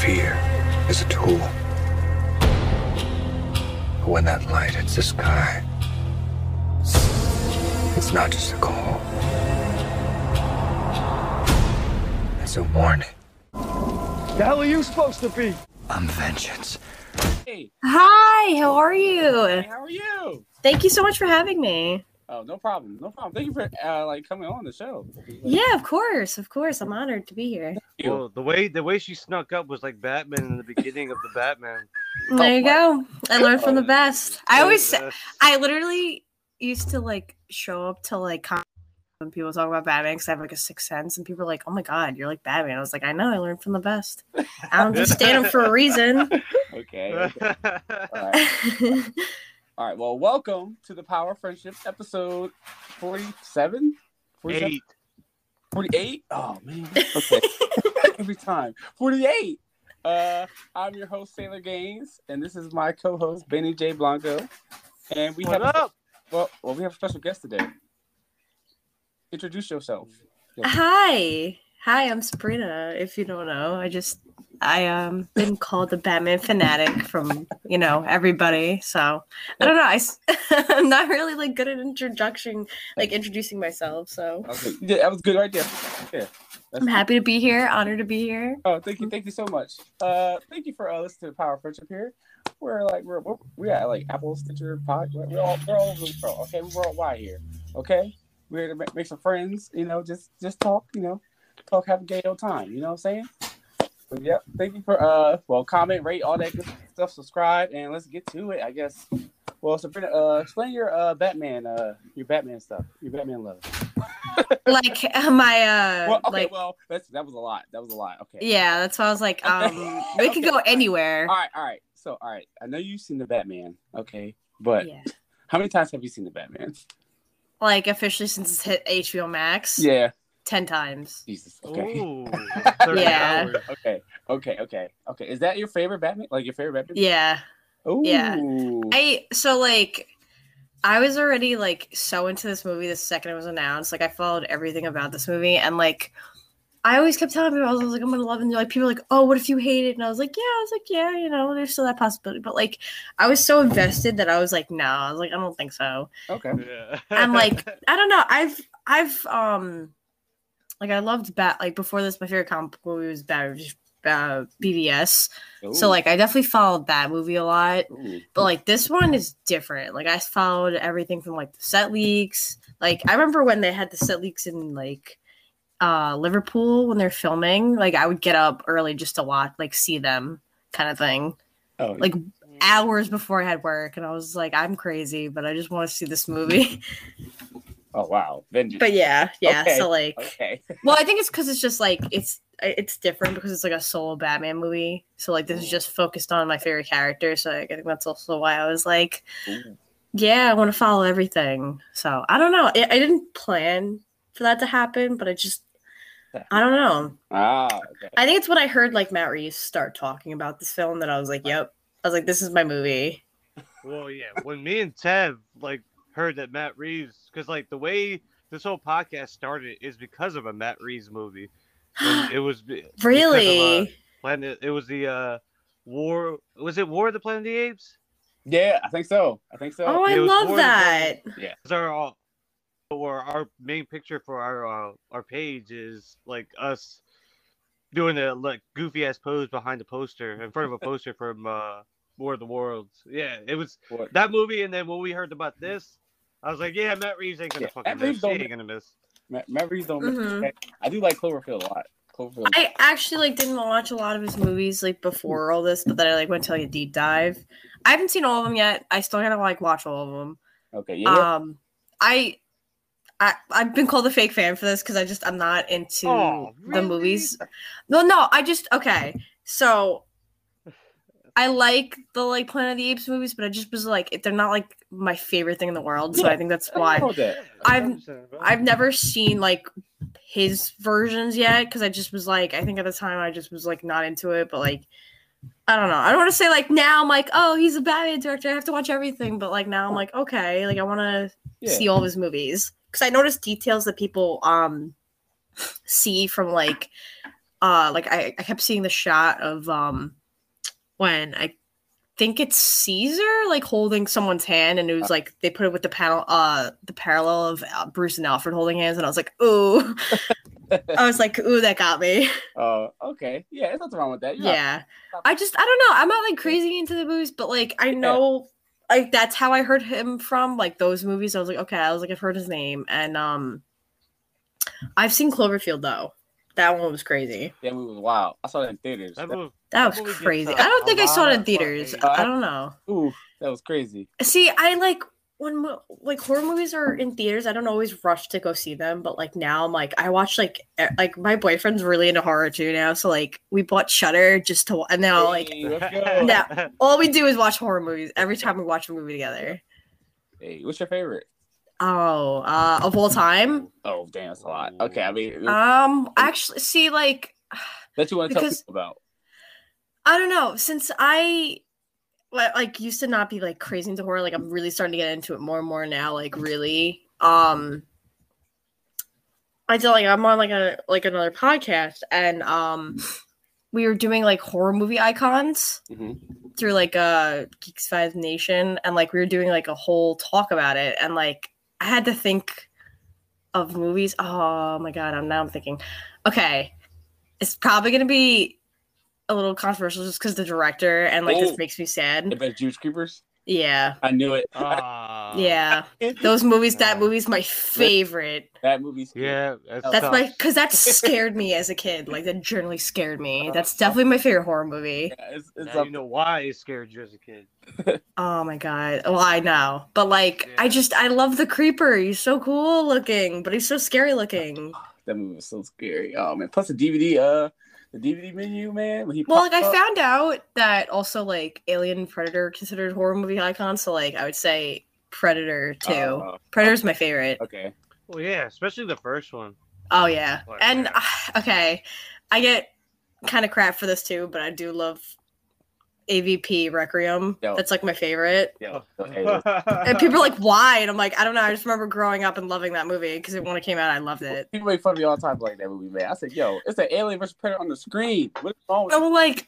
fear is a tool. But when that light hits the sky, it's not just a call. It's a warning. The hell are you supposed to be? I'm vengeance. Hey, Hi, how are you? hey, how are you? Thank you so much for having me. Oh, no problem, no problem. Thank you for uh, like coming on the show. Yeah, of course, of course. I'm honored to be here. You. Well, the way the way she snuck up was like Batman in the beginning of the Batman. There you go. I learned from the Oh, best. I always, Uh, I literally used to like show up to like con- when people talk about Batman because I have like a sixth sense, and people are like, "Oh my god, you're like Batman." I was like, "I know. I learned from the best. I don't just stand him for a reason." Okay. okay. All right. yeah, All right. Well, welcome to the Power of Friendship episode 47? 47? Eight. 48? Oh, man. Okay. Every time. 48. Uh, I'm your host, Sailor Gaines, and this is my co host, Benny J. Blanco. And we What have, up? well, well, we have a special guest today. Introduce yourself. Hi. Hi, I'm Sabrina. If you don't know, I just I um been called the Batman fanatic from, you know, everybody. So, I don't know. I am not really like good at introduction like introducing myself. So, Okay. Yeah, that was good right there. Yeah. I'm happy to be here. Honored to be here. Oh, thank you, thank you so much. Uh, thank you for uh, listening to Power of Friendship here. We're like we're we're, we're at like Apple Stitcher Pod. We're we're all we're all over the world. Okay, we're worldwide here. Okay, we're here to make, make some friends. You know, just just talk. You know, talk, have a gay old time. You know what I'm saying? But yep. Thank you for uh, well, comment, rate, all that good stuff. Subscribe, and let's get to it. I guess. Well, Sabrina, uh, explain your uh Batman uh your Batman stuff, your Batman love. Like my uh Well, okay, like well that's that was a lot. That was a lot. Okay. yeah, that's why I was like um we could go anywhere. All right, all right. So, all right. I know you've seen the Batman, okay, but Yeah. how many times have you seen the Batman? Like officially since it's hit HBO Max Yeah. 10 times. Jesus. Okay. Ooh. Yeah. yeah. Okay. Okay. Okay. Okay. Is that your favorite Batman? Like your favorite Batman? Yeah. Ooh. yeah. I so like I was already like so into this movie the second it was announced. Like I followed everything about this movie and like I always kept telling people I was, I was like, I'm gonna love it. And they're like, people are like, oh, what if you hate it? And I was like, yeah, I was like, yeah, you know, there's still that possibility. But like, I was so invested that I was like, no, I was like, I don't think so. Okay. I'm like- I don't know. I've I've um like I loved Bat like before this. My favorite comic book movie was Bat uh, BVS. So Ooh. like, I definitely followed that movie a lot. Ooh. But like this one is different. Like I followed everything from like the set leaks. Like I remember when they had the set leaks in like uh Liverpool when they're filming, like I would get up early just to watch like see them kind of thing. Oh, Like hours before I had work and I was like I'm crazy, but I just want to see this movie. oh wow. Vengeance. but yeah, yeah, Okay. so like okay. well, I think it's cuz it's just like it's it's different because it's like a solo Batman movie. So like Mm. this is just focused on my favorite character, so like, I think that's also why I was like Ooh. yeah, I want to follow everything. So I don't know. I, I didn't plan for that to happen, but I just, I don't know. Ah. Okay. I think it's when I heard like Matt Reeves start talking about this film that I was like, yep. I was like, this is my movie. well, yeah. When me and Tev like heard that Matt Reeves, because like the way this whole podcast started is because of a Matt Reeves movie. And it was be- because of, uh, really? Planet. It was the uh, War. Was it War of the Planet of the Apes? Yeah. I think so. I think so. Oh, I it was love more than that. Because our uh, or our main picture for our uh, our page is like us doing a like goofy ass pose behind a poster in front of a poster from uh, War of the Worlds. Yeah, it was What? that movie, and then when we heard about this, I was like, yeah, Matt Reeves ain't gonna Yeah, fucking Matt Reeves miss. He don't- ain't gonna miss. Ma- memories don't. miss- Mhm. I do like Cloverfield a lot. Cloverfield. I actually like didn't watch a lot of his movies like before all this, but then I like went to like a deep dive. I haven't seen all of them yet. I still gotta like watch all of them. okay. Yeah. Um, I, I, I've been called a fake fan for this because I just I'm not into Oh, the really? movies. No, no, I just okay. So, I like the like Planet of the Apes movies, but I just was like if they're not like my favorite thing in the world, so Yeah. I think that's I why know that. I've- I've never seen like his versions yet because I just was like I think at the time I just was like not into it, but like. I don't know. I don't want to say like now I'm like, oh, he's a Batman director. I have to watch everything. But like now I'm like, okay, like I want to Yeah. see all of his movies because I noticed details that people um see from like uh like I, I kept seeing the shot of um when I think it's Caesar like holding someone's hand and it was like they put it with the panel uh the parallel of uh, Bruce and Alfred holding hands and I was like ooh I was like ooh that got me Uh, okay. Yeah, there's nothing wrong with that. You're not- yeah I just I don't know I'm not like crazy into the movies but like I know like that's how I heard him from like those movies I was like okay I was like I've heard his name and um I've seen Cloverfield though that one was crazy that movie was wild. I saw that in theaters. That That- movie- that That was movie gets, crazy uh, I don't a think I saw lot it in of theaters fucking- I don't know ooh, that was crazy. See, I like when mo- like horror movies are in theaters. I don't always rush to go see them, but like now I'm like I watch like e- like my boyfriend's really into horror too now, so like we bought Shutter just to wa- and now like Hey, let's go. No. all we do is watch horror movies every time we watch a movie together. Hey, what's your favorite? Oh, uh, of all time, Oh, damn, that's a lot. Okay, I mean, um, actually, see, like that you want to tell because- people about. I don't know. Since I li- like used to not be like crazy into horror, like I'm really starting to get into it more and more now. Like really, um, I did like I'm on like a like another podcast, and um, we were doing like horror movie icons Mhm. through like uh Geeks Five Nation, and like we were doing like a whole talk about it, and like I had to think of movies. Oh my god, I'm now I'm thinking, okay, it's probably gonna be a little controversial just because the director and like Oh. this makes me sad. The best Juice Creepers. Yeah, I knew it. Ah. yeah, that those movies. That Yeah. movie's my favorite. movie's Yeah. That That's sucks. my because that scared me as a kid. Like that generally scared Uh, me. That's definitely my favorite horror movie. Yeah, it's, it's Now up. you know why it scared you as a kid. Oh my god. Well, I know, but like I Yeah. just I love the creeper. He's so cool looking, but he's so scary looking. That movie was so scary. Oh man! Plus the DVD, uh, the DVD menu, man. When he Well, like I popped up- found out that also like Alien and Predator are considered horror movie icons. So like I would say Predator too. Uh, Oh, Predator's my favorite. okay. Well, yeah, especially the first one. Oh yeah, Like, and yeah. ah, okay, I get kind of crap for this too, but I do love AVP Requiem. Yo. That's like my favorite. Yo, Oh. okay. let's- And Uh-huh. people are like, "Why?" And I'm like, "I don't know. I just remember growing up and loving that movie because when it came out, I loved it." People make fun of me all the time for like that movie, man. I said, "Yo, it's an alien versus predator on the screen. What's wrong with?" And I'm like,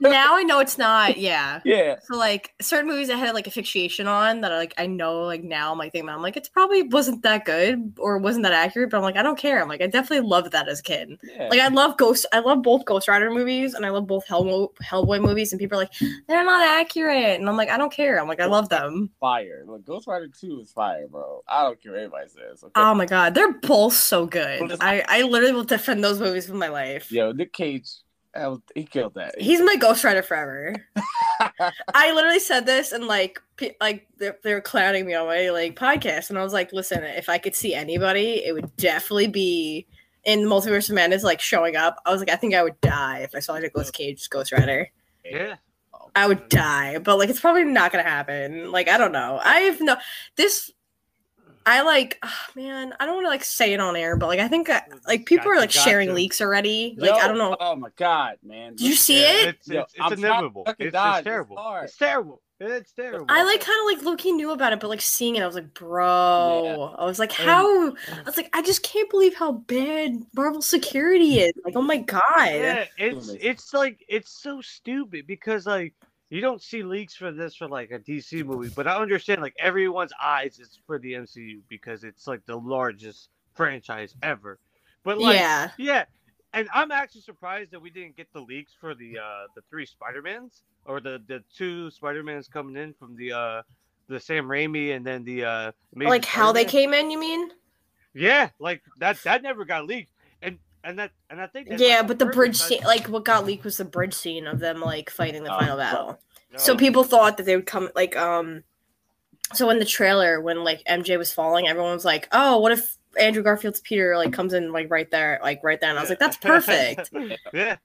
now I know it's not. Yeah. Yeah, So like certain movies I had like a fixation on that I like I know like now I'm like thinking about, I'm like it's probably wasn't that good or wasn't that accurate, but I'm like I don't care. I'm like I definitely loved that as a kid. yeah. Like I love Ghost, I love both Ghost Rider movies and I love both Hell, Hellboy movies. And people are like, they're not accurate, and I'm like, I don't care. I'm like, I love them. fire. Look, Ghost Rider Two is fire, bro. I don't care what anybody says. Okay. Oh my god, they're both so Well, good. this- I I literally will defend those movies with my life. Yo, Nick Cage, that was- he killed that. He's my Ghost Rider forever. I literally said this and like pe- like they're, they're clowning me on my like podcast, and I was like, listen, if I could see anybody, it would definitely be. In the multiverse of madness, like showing up, I was like, I think I would die if I saw Nicolas Cage's Ghost Rider. yeah. I would die, but like it's probably not gonna happen. Like I don't know. I have no this. I like, ah, man. I don't want to like say it on air, but like I think I, like people are Gotcha, like sharing gotcha. uh, leaks already. Like I Yo, don't know. Oh my god, man. Did you see Yeah, it? It's, Yo, it's, I'm it's trying to inevitable. It's, fucking it's dodge. It's terrible. hard. It's terrible. It's terrible. I like kind of like low key knew about it, but like seeing it, I was like, bro. I was like, how? I was like, I just can't believe how bad Marvel security is. Like, oh my god. Yeah, it's it's like it's so stupid because like you don't see leaks for this for like a DC movie, but I understand like everyone's eyes is for the MCU because it's like the largest franchise ever. But like yeah, yeah. and I'm actually surprised that we didn't get the leaks for the uh the three Spider Mans or the the two Spider Mans coming in from the uh the Sam Raimi and then the uh Amazing Like how they Spider-Man. came in, you mean? Yeah, like that that never got leaked. And and that and I think that's, Yeah, like, but the perfect bridge time- scene, like what got leaked was the bridge scene of them like fighting the Oh, final fuck. battle. No. So people thought that they would come like um so in the trailer when like MJ was falling, everyone was like, Oh, what if Andrew Garfield's Peter like comes in like right there, like right there and I was like, That's perfect. yeah.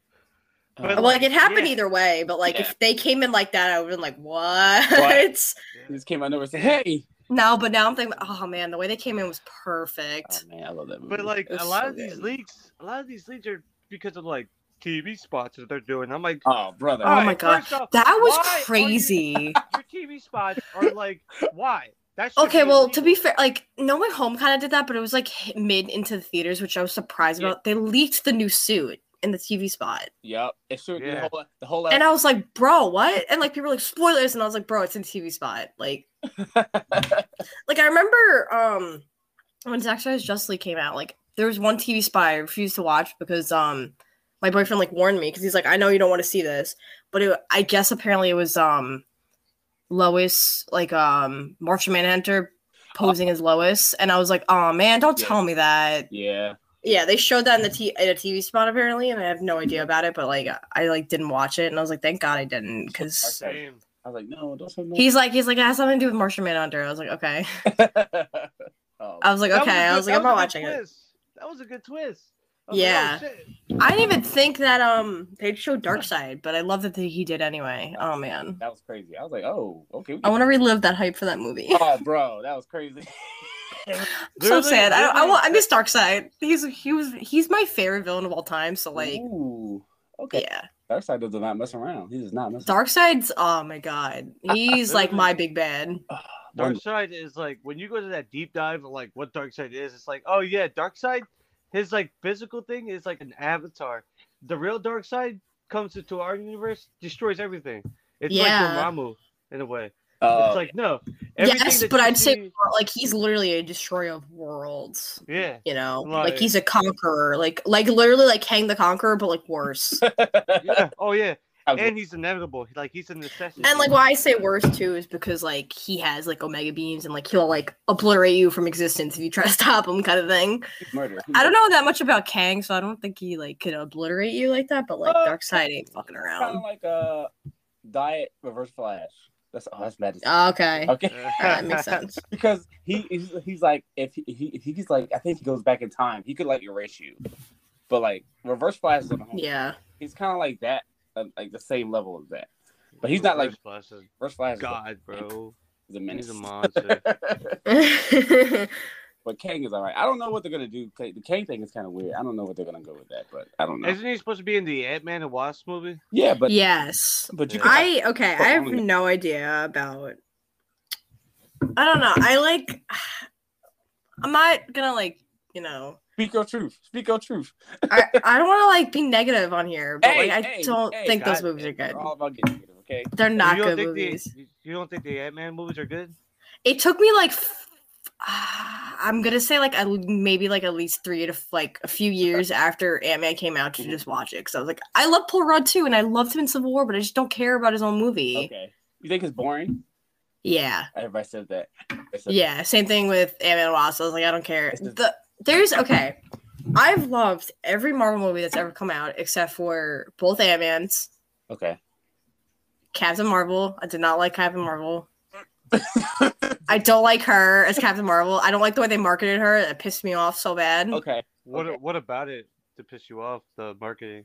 Uh, Well, like it happened yeah. either way, but like Yeah. if they came in like that, I would have been like, What? What? He just came out of nowhere and said, "Hey." no, but now I'm thinking, oh man, the way they came in was Oh Um, perfect. man, I love that movie. But like It's a lot so of these good. leaks, a lot of these leaks are because of like TV spots that they're doing. I'm like, Oh brother. Oh alright, my God. first off, That was why are you- crazy. your TV spots are like, why? That's Okay, well, to be fair, like No Way Home kind of did that, but it was like hit- mid into the theaters, which I was surprised Yeah. about. They leaked the new suit. in the TV spot. Yep. It should Yeah. the whole the whole And I was like, bro, what? And like people were like, spoilers, and I was like, bro, it's in the TV spot. Like like I remember um when Zack Snyder's Justice League came out, like there was one TV spot I refused to watch because um my boyfriend like warned me because he's like, I know you don't want to see this, but it, I guess apparently it was um Lois like um Martian Manhunter posing as Lois, and I was like, oh man, don't Yeah. tell me that. yeah. Yeah, they showed that in the t- in a TV spot apparently, and I have no idea about it, but like I like didn't watch it, and I was like, thank God I didn't because. Okay. Same. I was like, no, don't say no. He's like, he's like, it has something to do with Martian Manhunter. I was like, okay. oh, I was like, That okay. a I good- was like, that I'm not a good watching it. twist. That was a good twist. I Yeah. was like, oh, shit. I didn't even think that um they showed Dark Side, but I love that he did anyway. Oh man, that was crazy. I was like, oh, okay. we I want to relive that hype for that movie. can- oh, bro, that was crazy. I'm so Literally- sad. I don't, I, literally- want, I miss Dark Side. He's he was he's my favorite villain of all time. So like, Ooh, Mm, okay. yeah, Dark Side does not mess around. He does not mess. Dark Side's oh my god, he's like my big bad. Dark One- Side is like when you go to that deep dive of like what Dark Side is, it's like, oh yeah, Dark Side, his like physical thing is like an avatar. The real Dark Side comes into our universe, destroys everything. It's Yeah. like Dormammu in a way. Uh, it's like no. everything Yes, that but you I'd say see- like he's literally a destroyer of worlds. yeah. You know, Right. like he's a conqueror, like like literally like Hang the Conqueror, but like worse. yeah. Oh yeah. I was- And he's inevitable. Like he's a necessity. And like why I say worse too is because like he has like omega beams and like he'll like obliterate you from existence if you try to stop him kind of thing. murder. I don't know that much about Kang, so I don't think he like could obliterate you like that, but like Uh, Dark Side ain't fucking Kind of around. like a diet reverse flash. That's oh, that's bad. to Oh, okay. say. Okay. Alright, that makes sense. because he he's, he's like if he, he if he's like I think he goes back in time he could like erase you, but like Reverse Flash is on home. Yeah. he's kind of like that uh, like the same level as that. But he's not, like- Reverse Flash is Reverse Flash is a- God, bro. is a menace. He's a monster. but Kang is all right. I don't know what they're gonna do. Ka- The Kang thing is kind of weird. I don't know what they're gonna go with that, but I don't know. Isn't he supposed to be in the Ant Man and Wasp movie? yeah, but yes. but you Yeah. could- I okay, I have Only- no idea about I don't know. I like I'm not gonna like, you know, speak your truth. Speak your truth. I, I don't want to like be negative on here, but Hey, like I hey, don't hey, think those God, movies are They're good. all about getting negative, okay? They're not you don't good think movies. The, you don't think the Ant Man movies are good? It took me like f- uh, I'm gonna say like at l- maybe like at least three to f- like a few years after Ant Man came out to Mhm. just watch it because I was like, I love Paul Rudd too, and I loved him in Civil War, but I just don't care about his own movie. Okay. You think it's boring? Yeah, Everybody says that. Everybody says yeah. Same thing with Ant Man Wasp. I was like, I don't care. It's just- The, there's okay. I've loved every Marvel movie that's ever come out except for both Ant Man's. that. Okay. Captain Marvel. I did not like Captain Marvel. I don't like her as Captain Marvel. I don't like the way they marketed her. It pissed me off so bad. Okay. What Okay. What about it to piss you off? The marketing.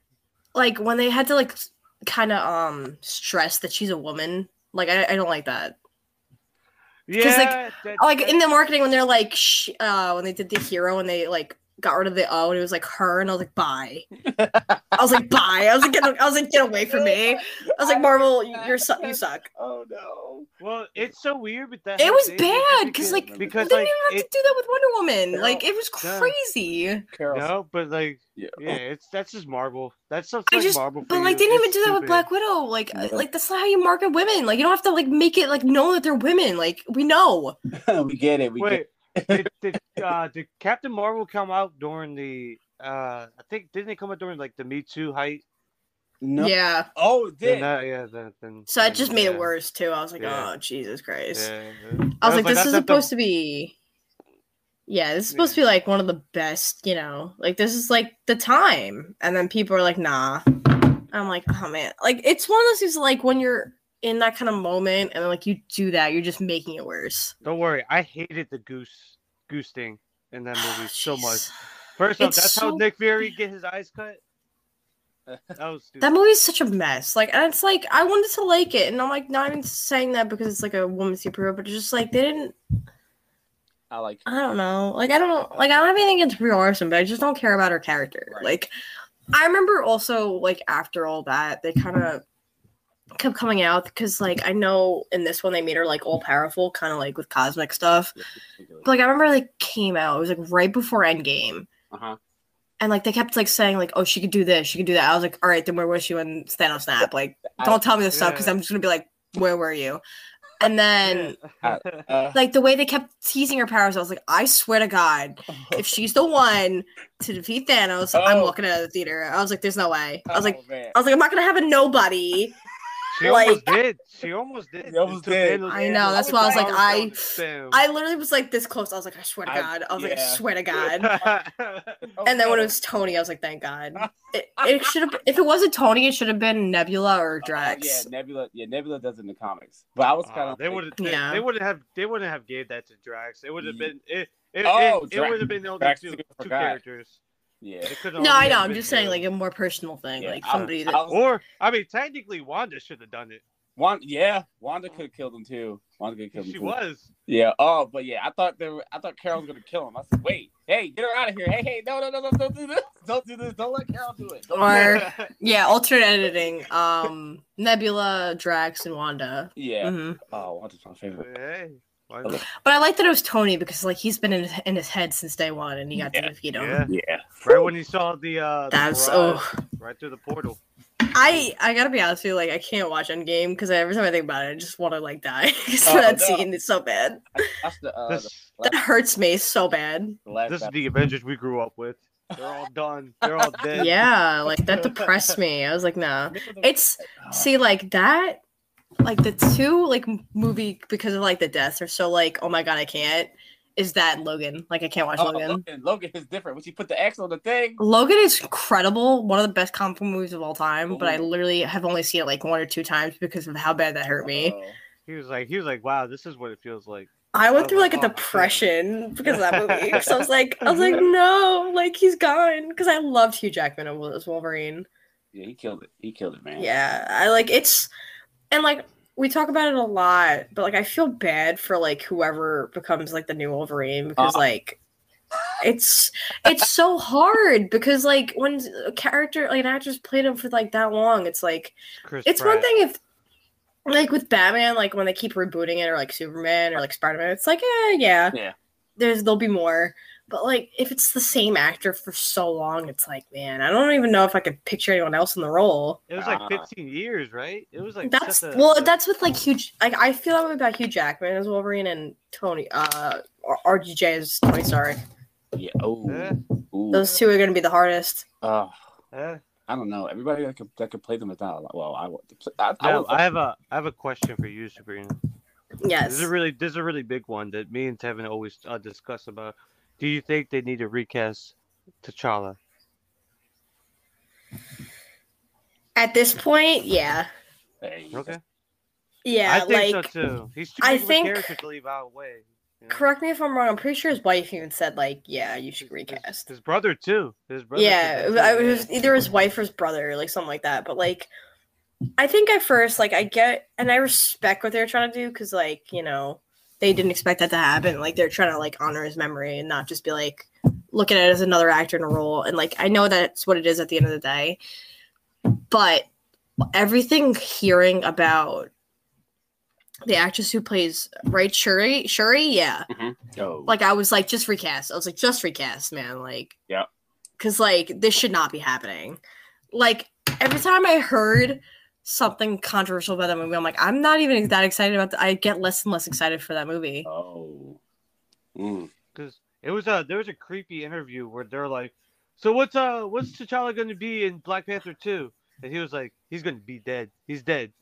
Like when they had to like kind of um stress that she's a woman. Like I, I don't like that. Yeah, like, that- Like in the that- marketing when they're like sh- uh when they did the hero and they like got rid of the O and it was like her and I was like bye. I was like bye. I was like get, I was like get away from me. I was like Marvel, you're su- you suck. Oh no. Well, it's so weird, but that It whole was thing is you bad because can't- like because they like didn't even have it, to do that with Wonder Woman. No. Like it was No. crazy. Carol. no, but like Yeah. yeah, it's that's just Marvel. That's just I like just, Marvel. but for like, you. they didn't even It's do that with stupid. Black Widow. Like, uh, Yeah. like that's not how you market women. Like, you don't have to like make it like know that they're women. Like, we know. we get it. We get Wait, did, did, uh, did Captain Marvel come out during the? uh I think didn't it come out during like the Me Too height? No. Yeah. Oh, it Then did. that, yeah, then, then, So it then, just made yeah, it worse too. I was like, Yeah. oh Jesus Christ. Yeah. I was like, this that's is not the- supposed to be. Yeah, this is supposed to be like one of the best. You know, like this is like the time, and then people are like, nah. I'm like, oh man, like it's one of those things like when you're in that kind of moment and like you do that, you're just making it worse. Don't worry, I hated the goose goose thing in that movie so much. Jeez. First off, It's that's so how Nick Fury get his eyes cut. That was stupid. That movie's such a mess. Like, and it's like I wanted to like it, and I'm like not even saying that because it's like a woman superhero, but it's just like they didn't. I like. I don't know. Like I don't like I don't have anything against Brie Larson, but I just don't care about her character. Right. Like I remember also like after all that they kind of kept coming out because like I know in this one they made her like all powerful, kind of like with cosmic stuff. But like I remember they came out. It was like right before Endgame, Uh huh. And like they kept like saying like, oh, she could do this, she could do that. I was like, all right, then where was she when Thanos snap? Like, I- don't tell me this stuff yeah. because I'm just gonna be like, where were you? And then Uh, like the way they kept teasing her powers, I was like, I swear to God, if she's the one to defeat Thanos, I'm Oh. walking out of the theater. I was like, there's no way. I was like, oh, man. I was like, I'm not gonna have a nobody. she like- almost did. She almost did. She almost Until did. Thanos I came know, out that's with why I the was like, power I- stone. I literally was like this close. I was like, I swear to I- God. I, was like, I yeah. swear to God. Oh, And then when no. it was Tony, I was like, thank God. It, it should have. If it wasn't Tony, it should have been Nebula or Oh, Drax. yeah, Nebula. Yeah, Nebula does it in the comics, but I was kind Uh, of. they would have. They, Yeah. they wouldn't have. They wouldn't have gave that to Drax. It would have Ye- been. It. It, Oh, it, Drax- would have been the only Drax two, is a two guy. characters. Yeah. It could've only No, I know. have I'm been just saying, two. like a more personal thing, Yeah, like I- somebody I that. was- Or I mean, technically, Wanda should have done it. Wanda, yeah, Wanda could have killed him too. Wanda could have killed him. She too. was. Yeah. Oh, but yeah, I thought they were, I thought Carol was gonna kill him. I said, wait, hey, get her out of here. Hey, hey, no, no, no, no, don't do this. Don't do this. Don't let Carol do it. Don't- Or yeah, alternate editing. Um, Nebula, Drax, and Wanda. yeah. hmm Oh, Wanda's my favorite. hey, why Okay. not? But I like that it was Tony because like he's been in his, in his head since day one, and he got Yeah, to defeat him. yeah. Yeah. Right when you saw the uh, the That's barrage, oh, right through the portal. I I gotta be honest with you, like I can't watch Endgame because every time I think about it, I just want to like die. 'Cause Oh, that no. scene is so bad. I watched the, uh, the This, That hurts me so bad. the last this is battle. the Avengers we grew up with. They're all done. They're all dead. Yeah, like that depressed me. I was like, nah. Remember the- It's see like that, like the two like m- movie because of like the deaths are so like oh my god I can't. Is that Logan? Like I can't watch Oh, Logan. Logan. Logan. Logan is different. When she put the X on the thing, is incredible, one of the best comic book movies of all time. But I Ooh. literally have only seen it like one or two times because of how bad that hurt me. Oh. He was like, he was like, wow, this is what it feels like. I went Oh through my like a God, man. depression because of that movie. Because I was like, I was like, no, like he's gone. Because I loved Hugh Jackman as Wolverine. yeah, he killed it. He killed it, man. Yeah, I like it's, and like we talk about it a lot, but like I feel bad for like whoever becomes like the new Wolverine because Uh. like it's it's so hard because like when a character like an actress played him for like that long, it's like Chris it's one Pratt. thing if like with Batman, like when they keep rebooting it or like Superman or like Spider Man, it's like eh, yeah. Yeah. There's there'll be more. But like if it's the same actor for so long, it's like, man, I don't even know if I could picture anyone else in the role. It was like Ah. 15 years, right? It was like That's such a- well, such- that's with like huge like I feel that way about Hugh Jackman as Wolverine and Tony uh or RGJ as Tony Stark. Yeah. Oh. Eh, Ooh. Those two are gonna be the hardest. Oh, eh. I don't know. Everybody that could that could play them is not. a lot. Well, I would. I, I, Now, would I have a I have a question for you, Sabrina. This Yes. is a really this is a really big one that me and Tevin always uh, discuss about. Do you think they need to recast T'Challa? At this point, yeah. Hey, Okay, Yeah, I think so like too. He's too I big of a think- character to leave out way. you know? correct me if I'm wrong, I'm pretty sure his wife even said like, yeah, you His- should his- recast. His, brother too. His brother. said yeah, that, I it too, was either his wife or his brother, or like something like that. But like, I think at first, like, I get and I respect what they're trying to do because, like, you know, they didn't expect that to happen. Like, they're trying to like honor his memory and not just be like looking at it as another actor in a role. And like, I know that's what it is at the end of the day, but everything hearing about the actress who plays right Shuri, Shuri, yeah, yo. like I was like just recast. I was like just recast, man. Like Yeah. because like this should not be happening. Like every time I heard something controversial about that movie, I'm like I'm not even that excited about. The- I get less and less excited for that movie. Oh. Mm. 'cause it was a there was a creepy interview where they're like, "So what's uh what's T'Challa going to be in Black Panther 2? And he was like, "He's going to be dead. He's dead."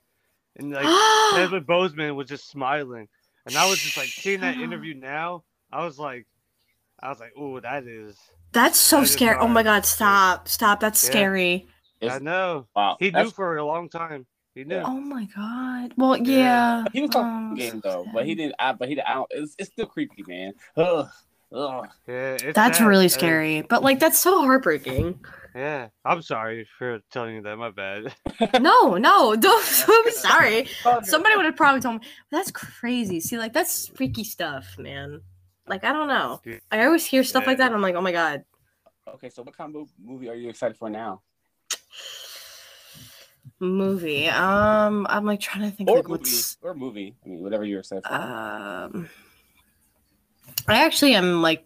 And like Oh, Desmond Bozeman was just smiling, and I was just like seeing that Shut up. interview now. I was like, I was like, "Ooh, that is." That's so That is scary. Oh my hard. god, stop, stop. That's Yeah. scary. I It's- know Wow. he knew that's- for a long time. He knew. Oh my god. Well, yeah. Yeah. He was talking Um, game though, but he didn't. I, but he didn't. I don't, it's, it's still creepy, man. Ugh. Ugh. Yeah, it's That's sad. really Uh, scary, but like that's so heartbreaking. Yeah, I'm sorry for telling you that. My bad. No, no, don't, don't be good. sorry. Somebody would have probably told me that's crazy. See, like that's freaky stuff, man. Like I don't know. Dude. I always hear stuff like that. And Yeah. I'm like, oh my god. Okay, so what kind of mov- movie are you excited for now? Movie. Um, I'm like trying to think Or like movie? what's Or movie? I mean, whatever you're excited for. um. I actually am like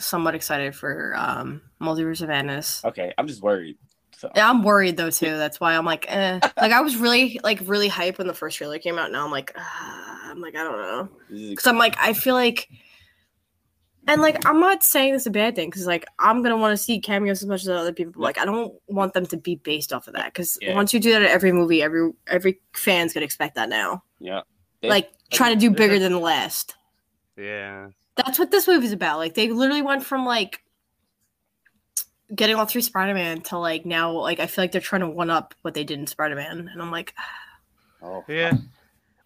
somewhat excited for um Multiverse of Madness. Okay, I'm just worried. So Yeah, I'm worried though too. That's why I'm like, eh. like I was really like really hype when the first trailer came out. Now I'm like, uh, I'm like I don't know this is because I'm like I feel like, and like I'm not saying this is a bad thing because like I'm gonna want to see cameos as much as other people. Like I don't want them to be based off of that because Yeah. once you do that at every movie, every every fan's gonna expect that now. yeah. They- like try to do bigger than the last. Yeah. that's what this movie's about. Like they literally went from like getting all through Spider Man to like now like I feel like they're trying to one up what they did in Spider Man. And I'm like, Oh, Yeah.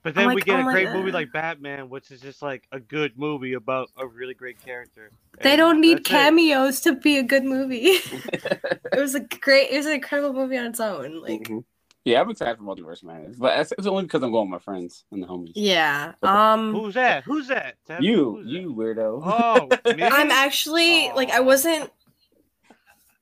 But then we like, get oh a my great God. movie like Batman, which is just like a good movie about a really great character. they And don't need that's it. cameos to be a good movie. it was a great it was an incredible movie on its own. Like Mm-hmm. mhm. Yeah, I'm excited for Multiverse Madness, but it's, it's only because I'm going with my friends and the homies. Yeah. Um Who's that? Who's that? Tell me You, who's that? you weirdo. Oh, me? I'm actually like I wasn't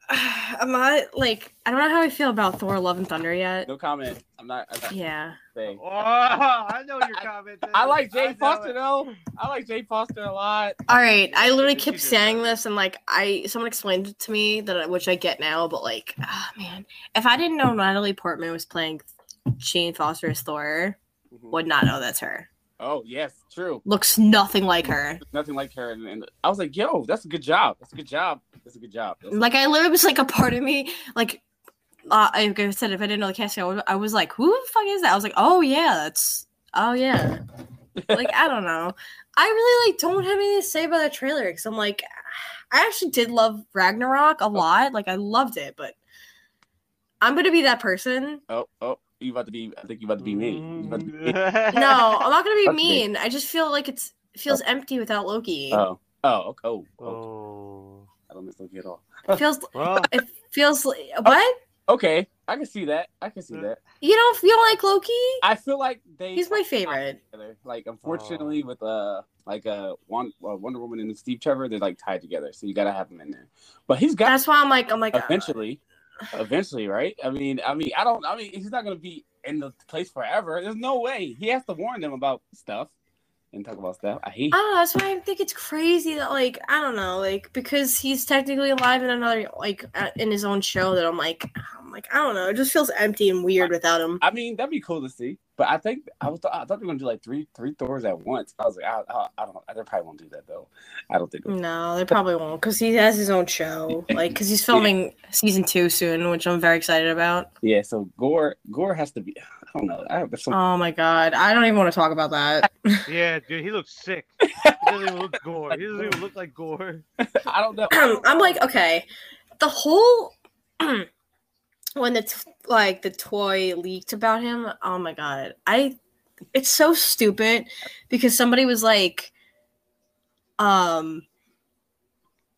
I'm not like I don't know how I feel about Thor Love and Thunder yet. No comment. I'm not. I'm not Yeah. saying. Oh, I know your comment. I like I know Jay it. Foster though. I like Jay Foster a lot. All right, I literally Did you kept just saying have it? this, and like I, someone explained it to me that I- which I get now, but like, ah, man, if I didn't know Natalie Portman was playing Jane Foster as Thor, would not know that's her. Oh yes, true. Looks nothing like her. Nothing like her. And, and I was like, yo, that's a good job. That's a good job. That's a good job. That's- Like I literally was like a part of me, like, uh, I- like I said, if I didn't know the casting, I was, I was like, who the fuck is that? I was like, oh yeah, that's, oh yeah, like I don't know. I really like don't have anything to say about that trailer because I'm like, I actually did love Ragnarok a lot. Like I loved it, but I'm gonna be that person. oh, oh, you about to be? I think you about to be me. You about to be Mm-hmm. me. No, I'm not gonna be That's me. mean. I just feel like it's feels empty without Loki. Oh, oh, okay. Oh, oh, Oh. I don't miss Loki at all. It feels Well, it feels like, what? Okay, I can see that. I can see that. You don't you don't like Loki? I feel like they. He's my favorite. together. Like unfortunately, with uh like uh, one, uh Wonder Woman and Steve Trevor, they're like tied together, so you gotta have him in there. But he's got That's why I'm like I'm like uh, eventually, eventually, right? I mean, I mean, I don't. I mean, he's not gonna be in the place forever. There's no way. He has to warn them about stuff and talk about stuff. I hate. I don't know. That's why I think it's crazy that, like, I don't know, like, because he's technically alive in another, like, uh, in his own show. That I'm like, I'm like, I don't know. It just feels empty and weird without him. I mean, that'd be cool to see. But I think I was. I thought they were gonna do like three, three Thors at once. I was like, I, I, I don't. They probably won't do that though. I don't think. No, they probably won't, because he has his own show, like, because he's filming season two soon, which I'm very excited about. Yeah. So Gore, Gore has to be. I don't know. I have some. Oh my god, I don't even want to talk about that. yeah, dude, he looks sick. He doesn't even look gore. He doesn't even look like gore. I don't know. I'm like, okay, the whole when the t- like the toy leaked about him. Oh my god, I it's so stupid because somebody was like, um.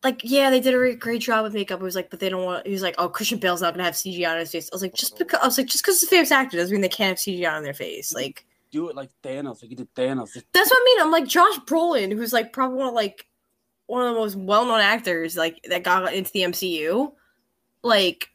Like yeah, they did a re- great job with makeup. It was like, but they don't want. He was like, oh, Christian Bale's not gonna have CGI on his face. I was like, just because I was like, just because it's a famous actor doesn't mean they can't have CGI on their face. Like do it like Thanos. Like you did Thanos. that's what I mean. I'm like Josh Brolin, who's like probably one of like one of the most well-known actors like that got into the MCU. Like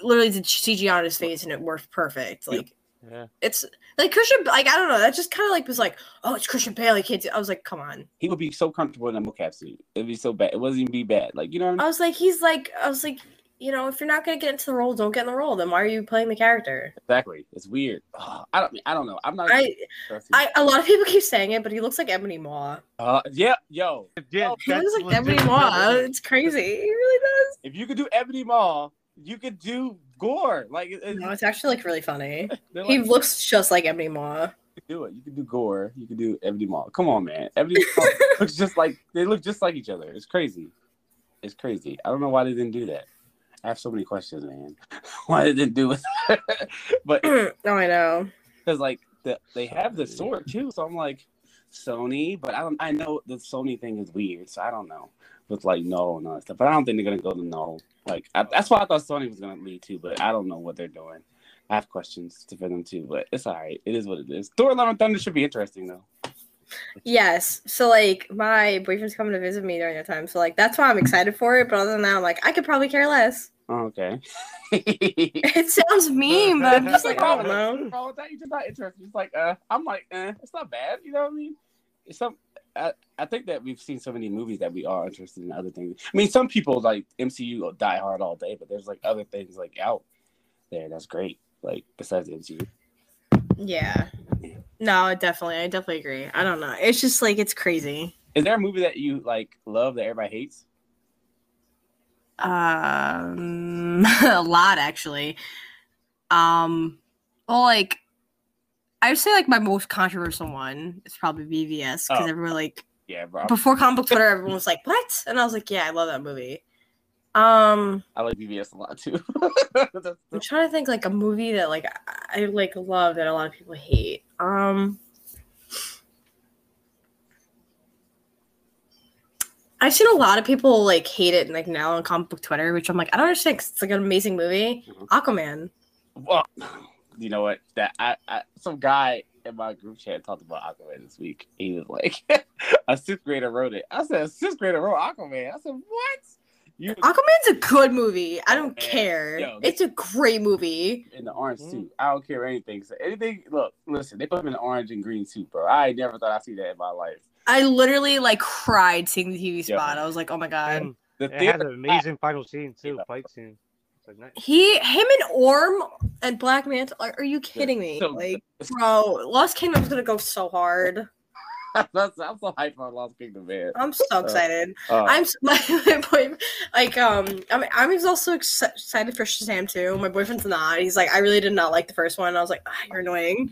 literally did CGI on his face and it worked perfect. Like Yeah. it's like Christian like I don't know, that just kind of like was like, "Oh, it's Christian Bale, he can't do-" I was like, "Come on." He would be so comfortable in a mocap suit. It'd be so bad. It wouldn't even be bad. Like you know. What I mean? I was like, he's like I was like, you know, if you're not going to get into the role, don't get in the role. Then why are you playing the character? Exactly. It's weird. Ugh, I don't. I don't know. I'm not. I, Trust me. I a lot of people keep saying it, but he looks like Ebony Maw. Uh, yeah, yo. Yeah, Oh, He that's looks like Ebony legit- Maw. It's crazy. He really does. If you could do Ebony Maw, you could do Gore. Like it, it, No, it's actually like really funny. they're He like, looks just like Ebony Maw. you could do it. You could do Gore. You could do Ebony Maw. Come on, man. Ebony Maw looks just like they look just like each other. It's crazy. It's crazy. I don't know why they didn't do that. I have so many questions, man. why they didn't do it? but no, Oh, I know. because like the, they have the sword too. So I'm like Sony, but I don't. I know the Sony thing is weird, so I don't know with like no and all that stuff. But I don't think they're gonna go to no. Like I, that's why I thought Sony was gonna lead too, but I don't know what they're doing. I have questions to for them too, but it's all right. It is what it is. Thor: Love and Thunder should be interesting though. Yes. So like my boyfriend's coming to visit me during that time. So like that's why I'm excited for it. But other than that, I'm like, I could probably care less. Oh, okay. It sounds mean, but I'm just like, I don't know. Oh, that you just not interested. It's like, uh, I'm like, eh, it's not bad. You know what I mean? It's some. I, I think that we've seen so many movies that we are interested in other things. I mean, some people like MCU die hard all day, but there's like other things like out there that's great. Like besides MCU, oh, Yeah. No, definitely. I definitely agree. I don't know. It's just like it's crazy. is there a movie that you like love that everybody hates? Um a lot actually. Um well like I would say like my most controversial one is probably BVS because Oh. everyone like Yeah, bro. before comic book Twitter everyone was like, What? And I was like, Yeah, I love that movie. Um I like BBS a lot too. That's I'm the- trying to think like a movie that like I I, like love that a lot of people hate. Um I've seen a lot of people like hate it like now on comic book Twitter, which I'm like, I don't understand 'cause it's like an amazing movie. Mhm. Aquaman. well, you know what? That I, I some guy in my group chat talked about Aquaman this week. He was like, a sixth grader wrote it. I said, a sixth grader wrote Aquaman. I said, what? You Aquaman's a good movie. I don't Aquaman. care. Yo, it's a great movie. in the orange suit. I don't care anything. So anything, look, listen, they put him in the orange and green suit, bro. I ain't never thought I'd see that in my life. I literally like cried seeing the TV Yeah. spot. I was like, oh my god. And The Mm, it had theater, an amazing final scene too, fight scene. It's like nice. He, him, and Orm and Black Manta. Are, are you kidding me? So- like, bro, Lost Kingdom's gonna go so hard. I'm so hyped for Lost Kingdom, man. I'm so excited. Uh, I'm s- my, my boy, like um, I'm I'm just also ex- excited for Shazam too. My boyfriend's not. He's like, I really did not like the first one. I was like, ah, you're annoying.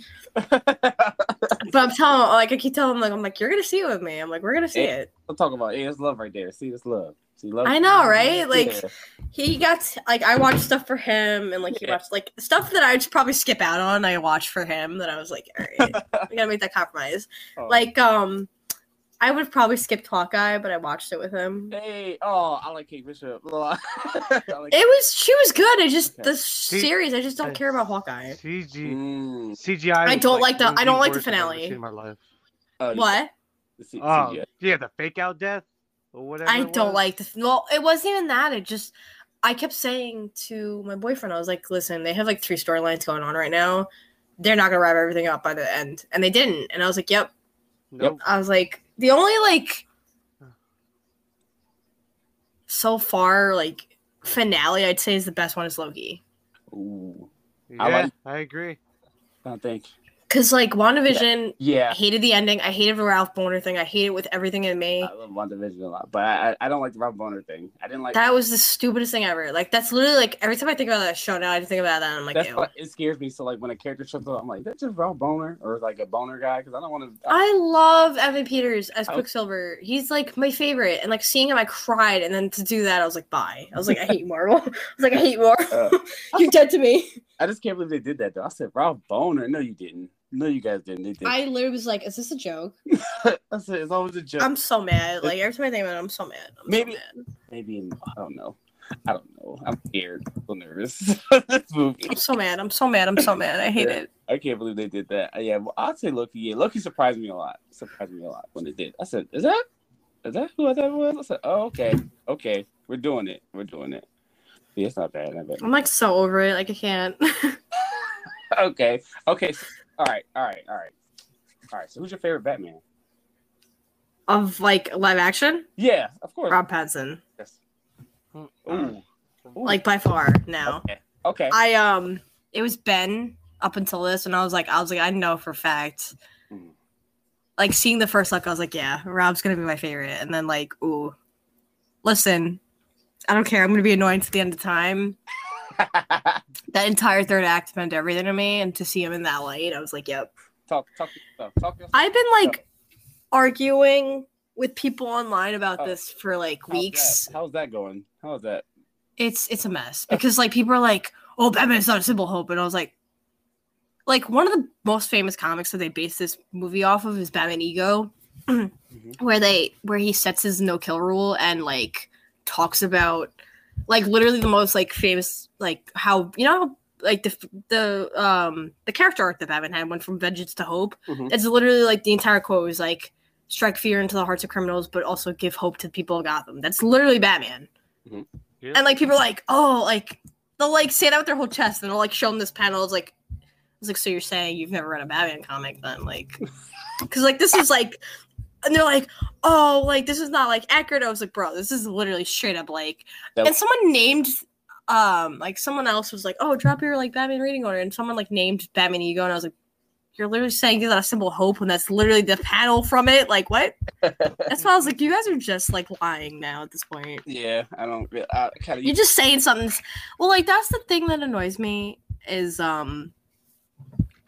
But I'm telling, him, like, I keep telling him, like, I'm like, you're gonna see it with me. I'm like, we're gonna see Yeah. it. I'm talking about, hey, it's love right there. See, it's love. See, love. I know, right? Yeah. Like, he got like I watched stuff for him, and like he Yeah. watched like stuff that I'd probably skip out on. I watched for him that I was like, all right, we gotta make that compromise. Oh. Like um, I would probably skip Hawkeye, but I watched it with him. hey, oh, I like Kate Bishop. I like, It was she was good. I just Okay. the series. I just don't care about Hawkeye. CG, Mm, CGI. I was, don't like the- one of I don't like the worst I've ever finale. seen in my life. oh, What? the C- Oh, CGI. yeah, the fake out death or whatever. I it don't was. like the well. It wasn't even that. It just I kept saying to my boyfriend, I was like, "Listen, they have like three storylines going on right now. They're not gonna wrap everything up by the end," and they didn't. And I was like, "Yep." Nope. I was like, the only like so far like finale I'd say is the best one is Loki. Ooh, Yeah, I I, like- agree. I think. Cause like WandaVision, I Yeah, hated the ending. I hated the Ralph Boner thing. I hated it with everything in me. I love WandaVision a lot, but I, I- I don't like the Rob Boner thing. I didn't like That was the stupidest thing ever. Like that's literally like every time I think about that show now, I just think about that. And I'm like, That's ew. why it scares me. So like when a character shows up, I'm like, that's just Ralph Boner or like a boner guy because I don't want to. I love Evan Peters as Oh. Quicksilver. He's like my favorite, and like seeing him, I cried. And then to do that, I was like, bye. I was like, I hate Marvel. I was like, I hate Marvel. Uh, You're dead to me. I just can't believe they did that though. I said Ralph Boner. No, you didn't. No, you guys didn't. They did. I, I literally was like, is this a joke? said it's always a joke. I'm so mad. Like every time I think about it, I'm so mad. I'm so Maybe- mad. Maybe in, I don't know. I don't know. I'm scared. I'm so nervous. this movie. I'm so mad. I'm so mad. I'm so mad. I hate Yeah. it. I can't believe they did that. Uh, Yeah, well, I'd say Loki. Yeah, Loki surprised me a lot. Surprised me a lot when it did. I said, "Is that is that who I thought it was?" I said, "Oh, okay, okay, we're doing it. We're doing it." Yeah, it's not bad. Not bad. I'm like so over it. Like I can't. okay. Okay. So, all right. All right. All right. All right. So, who's your favorite Batman? of like live action, Yeah, of course. Rob Pattinson, Yes. Ooh. Ooh. like by far now. Okay. Okay. I um, it was Ben up until this, and I was like, I was like, I know for a fact. Mm. Like seeing the first look, I was like, yeah, Rob's gonna be my favorite. And then like, ooh, listen, I don't care. I'm gonna be annoying to the end of time. That entire third act meant everything to me, and to see him in that light, I was like, yep. talk. Talk your stuff. Talk your I've been like arguing with people online about Oh. this for like How's that- weeks. How's that going? How's that? It's it's a mess because like people are like, "Oh, Batman's not a simple hope," and I was like, like one of the most famous comics that they base this movie off of is Batman Ego, where they where he sets his no kill rule and like talks about like literally the most like famous like how you know how, like the the um the character arc that Batman had went from vengeance to hope. Mhm. It's literally like the entire quote was like strike fear into the hearts of criminals, but also give hope to the people of Gotham. That's literally Batman. Mhm. Yeah. And like people are like, oh, like they'll like say it out with their whole chest and they'll like show them this panel. It's like it's like so you're saying you've never read a Batman comic then like because like this is like and they're like, oh, like this is not like accurate. I was like, bro, this is literally straight up like. That- And someone named, um, like someone else was like, oh, drop your like Batman reading order, and someone like named Batman Ego, and I was like, you're literally saying give that a symbol of hope when that's literally the panel from it. Like what? that's why I was like, you guys are just like lying now at this point. Yeah, I don't. re- I kind of. You're just saying something. Well, like that's the thing that annoys me is um.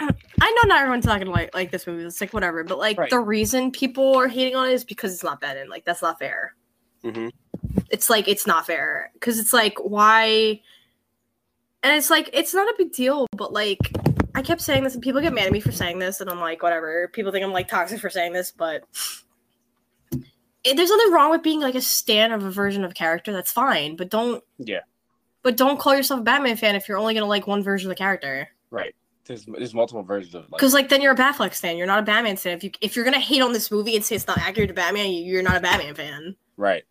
I know not everyone's not gonna like like this movie. It's like whatever, but like Right. the reason people are hating on it is because it's not Batman. Like that's not fair. Mhm. It's like it's not fair because it's like why, and it's like it's not a big deal. But like I kept saying this, and people get mad at me for saying this, and I'm like whatever. People think I'm like toxic for saying this, but it, there's nothing wrong with being like a stan of a version of character. That's fine, but don't Yeah. but don't call yourself a Batman fan if you're only gonna like one version of the character. Right. There's there's multiple versions of like. Because like then you're a Batfleck fan. You're not a Batman fan. If you if you're gonna hate on this movie and say it's not accurate to Batman, you- you're not a Batman fan. Right.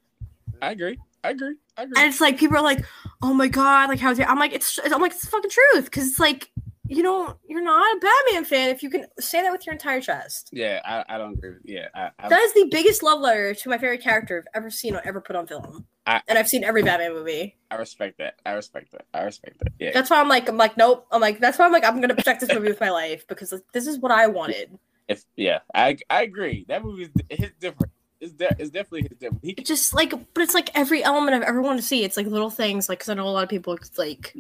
I agree. I agree. I agree. And it's like people are like, oh my god, like how's it? I'm like it's I'm like it's the fucking truth. Because it's like you don't you're not a Batman fan if you can say that with your entire chest. yeah, I, I don't agree. With, yeah, I, I, That is the biggest love letter to my favorite character I've ever seen or ever put on film. I- and I've seen every Batman movie. I respect that. I respect that. I respect that. Yeah. That's why I'm like I'm like nope. I'm like that's why I'm like I'm gonna protect this movie with my life because like, this is what I wanted. If yeah, I I agree. That movie is his different. It's de- it's definitely his different. He It just like but it's like every element i've ever wanted to see it's like little things like because i know a lot of people it's like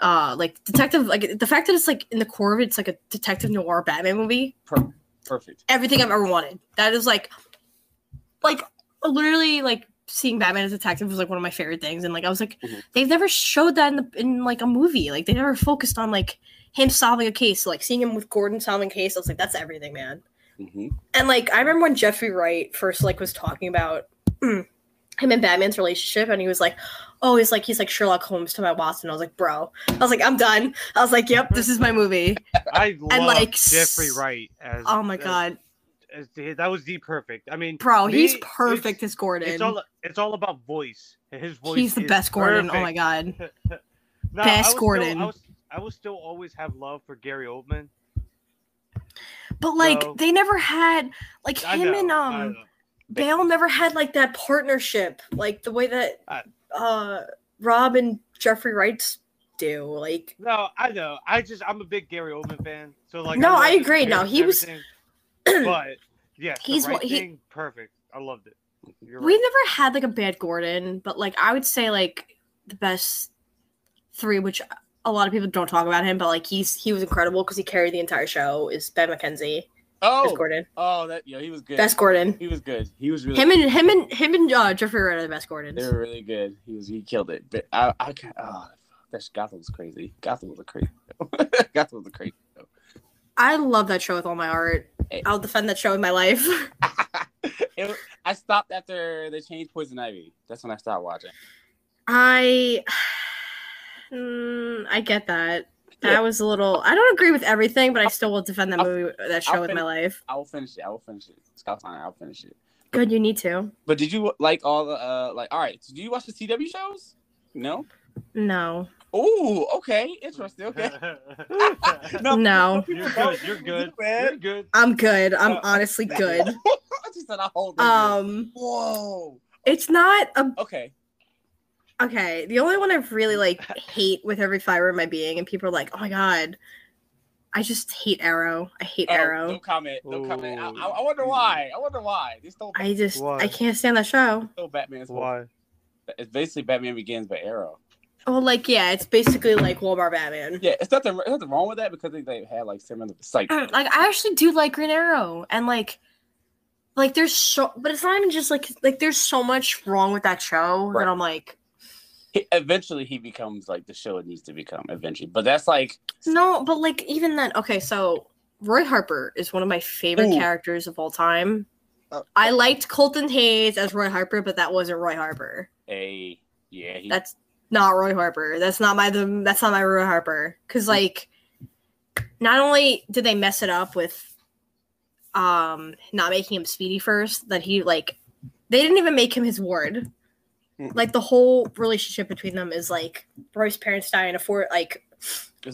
uh like detective like the fact that it's like in the core of it, it's like a detective noir batman movie per- perfect. everything i've ever wanted that is like like literally like seeing batman as a detective was like one of my favorite things and like i was like Mhm. they've never showed that in, the, in like a movie like they never focused on like him solving a case so like seeing him with gordon solving a case i was like that's everything man hmm and like I remember when Jeffrey Wright first like was talking about him and Batman's relationship, and he was like, "Oh, he's like he's like Sherlock Holmes to my Watson." I was like, "Bro," I was like, "I'm done." I was like, "Yep, this is my movie." I love like, Jeffrey s- Wright as Oh my as- god, as the- that was the perfect. I mean, bro, me, he's it's- perfect as It's Gordon. all it's all about voice. His voice. He's the is best Gordon. Oh my perfect. god, No, I Best would still- Gordon. I, was, I will still always have love for Gary Oldman. but like No. they never had like I him know, and I um know. Bale never had like that partnership, like the way that I- uh Rob and Jeffrey Wright's do. Like No, I know. I just I'm a big Gary Oldman fan. So like No, love I his agree. No, appearance he and was- everything. But yeah, He's the right one- he- thing, perfect. I loved it. You're we right. never had like a bad Gordon, but like I would say like the best three, which a lot of people don't talk about him, but like he's he was incredible because he carried the entire show. Is Ben McKenzie as Oh, Gordon, oh, that yeah, he was good. best Gordon. He was good. He was really. Him and him and him and uh, Jeffrey Wright are the best they Gordons. were really good. He was. He killed it. But I, I can't. Oh, that's Gotham was crazy. Gotham was a crazy. Gotham was a crazy. show. I love that show with all my heart. Hey. I'll defend that show in my life. It was- I stopped after they changed Poison Ivy. That's when I stopped watching. I Mm, I get that. That Yeah. was a little. I don't agree with everything, but I still will defend that I'll- movie, that I'll show with my life. I will finish it. I will finish it. Scott's on. I'll finish it. Good, you need to. But did you like all the uh like all right, so do you watch the CW shows? No? No. Oh, okay. Interesting. Okay. No. You're good. You're good. You're good. I'm good. I'm Uh, honestly good. I just said I hold on. Um, Whoa. it's not a Okay. okay. The only one I really like hate with every fiber of my being, and people are like, "Oh my god," I just hate Arrow. I hate Oh, Arrow. No comment. No comment. I, Ooh. I, I wonder why. I wonder why. They stole, I just I Why? can't stand that show. stole Batman's whole- Why? It's basically Batman Begins by Arrow. Well, like yeah, it's basically like Walmart Batman. Yeah, it's nothing, it's nothing wrong with that because they, they had like similar it's like like I actually do like Green Arrow, and like, like there's so, but it's not even just like like there's so much wrong with that show Right. that I'm like, he- eventually he becomes like the show it needs to become eventually. But that's like No, but like even then, okay, so Roy Harper is one of my favorite Ooh. characters of all time. Uh, I liked Colton Hayes as Roy Harper, but that wasn't Roy Harper. a yeah, he, That's not Roy Harper. That's not my the, that's not my Roy Harper. Cause like not only did they mess it up with um not making him speedy first, that he like they didn't even make him his ward. Mm. Like the whole relationship between them is like Roy's parents die in a fort like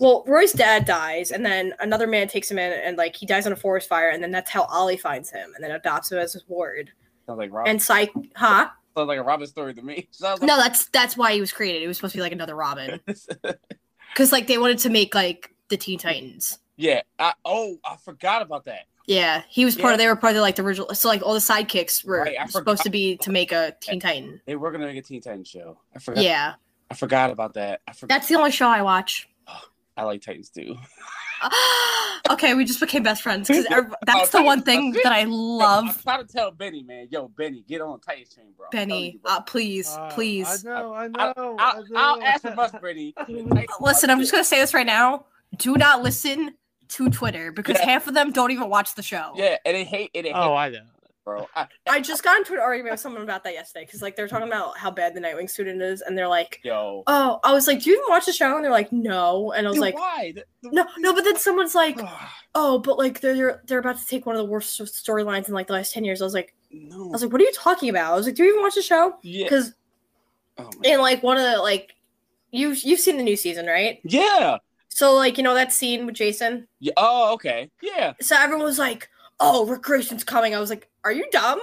Well, Roy's dad dies, and then another man takes him in, and like he dies in a forest fire, and then that's how Ollie finds him, and then adopts him as his ward. Sounds like Robin. And Psych, huh? sounds like a Robin story to me. Sounds like No, that's that's why he was created. It was supposed to be like another Robin, because like they wanted to make like the Teen Titans. yeah. I, oh, I forgot about that. Yeah, he was part of. They were part of like the original. So like all the sidekicks were Right, I supposed forgot. to be to make a Teen Titan. They were gonna make a Teen Titans show. I forgot. Yeah, I forgot about that. I forgot. that's the only show I watch. I like Titans too. okay, we just became best friends because that's the one thing that I I'm love. trying to tell Benny, man. Yo, Benny, get on Titans chain, bro. I'm telling Benny, you, bro. uh, please, Uh, please. I know, I I'll- know. I I'll, I'll know. ask him us, Benny. Uh, Listen, I'm just gonna say this right now. Do not listen to Twitter because Yeah. half of them don't even watch the show. Yeah, and they hate it. Hate, Oh, I know. bro. I, I just got into an argument with someone about that yesterday because like they're talking about how bad the Nightwing student is, and they're like, yo, "Oh, I was like, do you even watch the show?" And they're like, "No," and I was Dude, like, why? The- the- "No, no." But then someone's like, Ah, "Oh, but like they're they're, they're about to take one of the worst s- storylines in like the last ten years." I was like, no. "I was like, what are you talking about?" I was like, "Do you even watch the show?" yeah. Because Oh, my- in like one of the like you you've seen the new season, right? yeah. So like you know that scene with Jason. Yeah. Oh, okay. Yeah. So everyone was like, "Oh, recreation's coming." I was like, "Are you dumb?"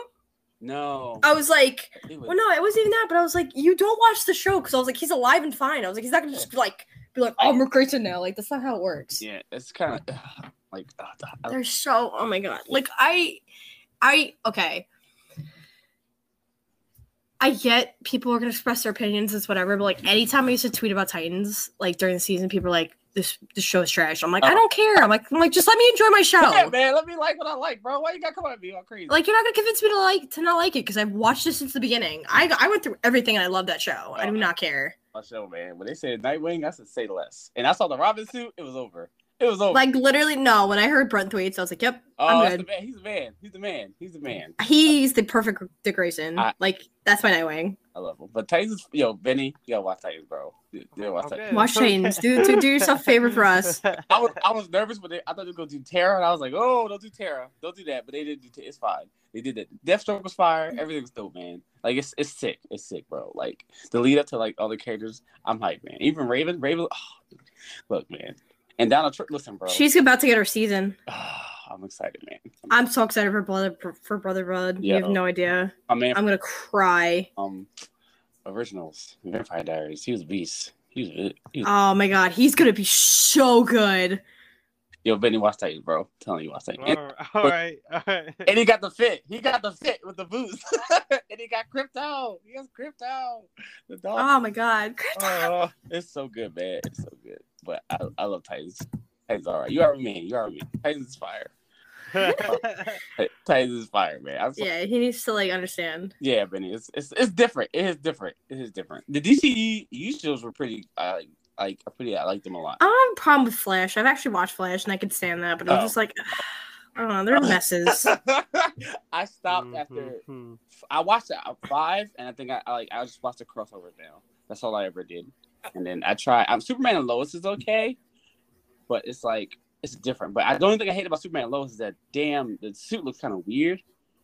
No. I was like. It was- Oh, Well, no, it wasn't even that, but I was like, you don't watch the show because I was like, he's alive and fine. I was like, he's not gonna just like be like, oh, I'm recruiting now. Like that's not how it works. Yeah, it's kind of like uh, I- They're so oh my god. Like I, I okay. I get people are gonna express their opinions, it's whatever. But like anytime I used to tweet about Titans, like during the season, people are like, this this show's trash. I'm like, I Oh. don't care. I'm like, I'm like, just let me enjoy my show. Yeah, man, let me like what I like, bro. Why you gotta come at me all crazy? Like you're not gonna convince me to like to not like it because I've watched this since the beginning. I I went through everything and I love that show. I do Oh. not care. my show, man. When they said Nightwing, I said say less. And I saw the Robin suit. It was over. It was over. Like literally, no. When I heard Brent Thwaites, I was like, "Yep, oh, I'm that's the good." man. He's the man. He's the man. He's the man. He's the perfect Dick Grayson. I- like that's my Nightwing. I love him. But Titans, yo, Benny, you gotta watch Titans, bro. You you gotta watch Titans. Okay. Watch Titans. Do, do do yourself a favor for us. I was I was nervous, but they, I thought they were gonna do Terra, and I was like, oh, don't do Terra, don't do that. But they didn't do. T- it's fine. They did that. Deathstroke was fire. Everything's dope, man. Like it's it's sick. It's sick, bro. Like the lead up to like all the characters, I'm hyped, man. Even Raven, Raven, oh, look, man. And Donald Trump, listen, bro. She's about to get her season. I'm excited, man. I'm so excited for brother for, for brother blood. You have Yeah. no idea. My man I'm gonna cry. um originals, Vampire Diaries. He was a beast. He was, he was Oh my god, he's gonna be so good. yo Benny watch Titans, bro. I'm telling you watch Titans. And, all right, all right. and he got the fit. He got the fit with the boots. and he got crypto. He has crypto. The dog. Oh my god. Oh, it's so good, man. It's so good. But I, I love Titans. Titans all right. You are me. You are me. Titans is fire. Titans is fire, man. I'm so- Yeah, he needs to like understand. Yeah, Benny, it's it's it's different. It is different. It is different. The DCU shows were pretty. I like. like. I pretty. I like them a lot. I don't have a problem with Flash. I've actually watched Flash and I can stand that, but I'm Oh. just like, I don't know, they're messes. I stopped Mm-hmm. after I watched it at five, and I think I, I like I just watched the crossover now. That's all I ever did. And then I try. Um, Superman and Lois is okay, but it's like it's different. But I the only thing I hate about Superman and Lois is that damn the suit looks kind of weird.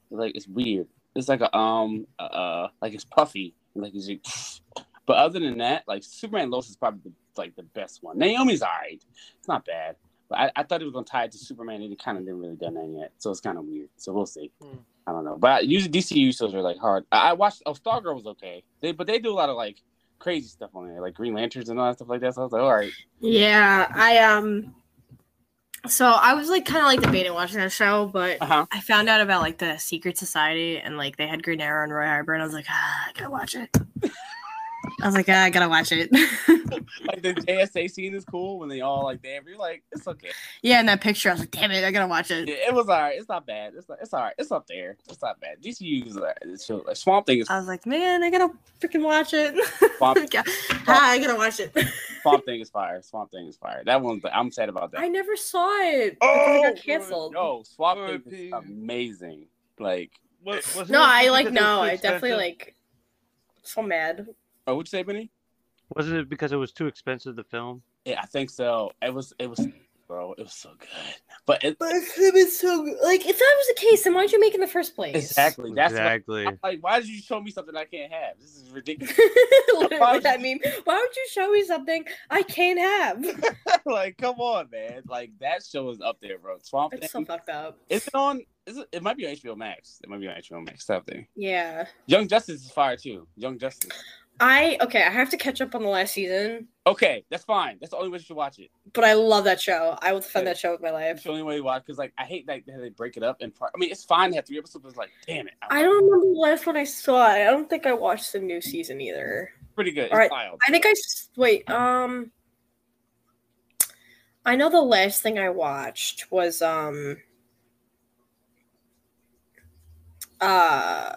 Like it's weird. It's like a um uh, uh like it's puffy. Like it's like, but other than that, like Superman and Lois is probably the, like the best one. Naomi's alright. It's not bad. But I, I thought it was gonna tie it to Superman, and it kind of didn't really done that yet. So it's kind of weird. So we'll see. Hmm. I don't know. But I, usually DCU shows are like hard. I, I watched. Oh, Stargirl was okay. They but they do a lot of like crazy stuff on there, like Green Lanterns and all that stuff like that. So I was like, all right. Yeah, I um so I was like kind of like debating watching that show, but Uh huh. I found out about like the Secret Society and like they had Green Arrow and Roy Harper, and I was like, ah, I gotta watch it. I was like, ah, I gotta watch it. Like the JSA scene is cool when they all like there. You're like, it's okay. yeah, in that picture, I was like, damn it, I gotta watch it. Yeah, it was all right. It's not bad. It's not, it's all right. It's up there. It's not bad. DCU is all right. It's chill. Like, Swamp Thing is Uh, I was like, man, I gotta freaking watch it. Swamp, Yeah. ah, I gotta watch it. Swamp Thing is fire. Swamp Thing is fire. That one's I'm sad about that. I never saw it. because it got Oh! canceled. No, Swamp Thing is R.I.P. amazing. Like, No, I like no, I definitely like so mad. oh, what'd you say, Benny? Wasn't it because it was too expensive? The film. Yeah, I think so. It was, it was, bro, it was so good. But it, But it could have been so good. Like, if that was the case, then why'd you make it in the first place? exactly. That's what- exactly. I'm like, why did you show me something I can't have? This is ridiculous. Literally, that meme. Why would you show me something I can't Oh, have? like, come on, man. Like that show is up there, bro. Swamp Thing. That's so fucked up. Is it on? Is it? It might be on HBO Max. It might be on HBO Max. Stop there. Yeah. Young Justice is fire too. Young Justice. I okay, I have to catch up on the last season, Okay, that's fine. That's the only way you should watch it. but I love that show. I will defend Yeah. that show with my That's life. the only way you watch because, like, I hate that that they break it up. And part, I mean, it's fine to have three episodes. But it's like, damn it, I don't remember the last one I saw. I don't think I watched the new season either. pretty good. It's All right. wild. I think I s- wait. Um, I know the last thing I watched was um, uh,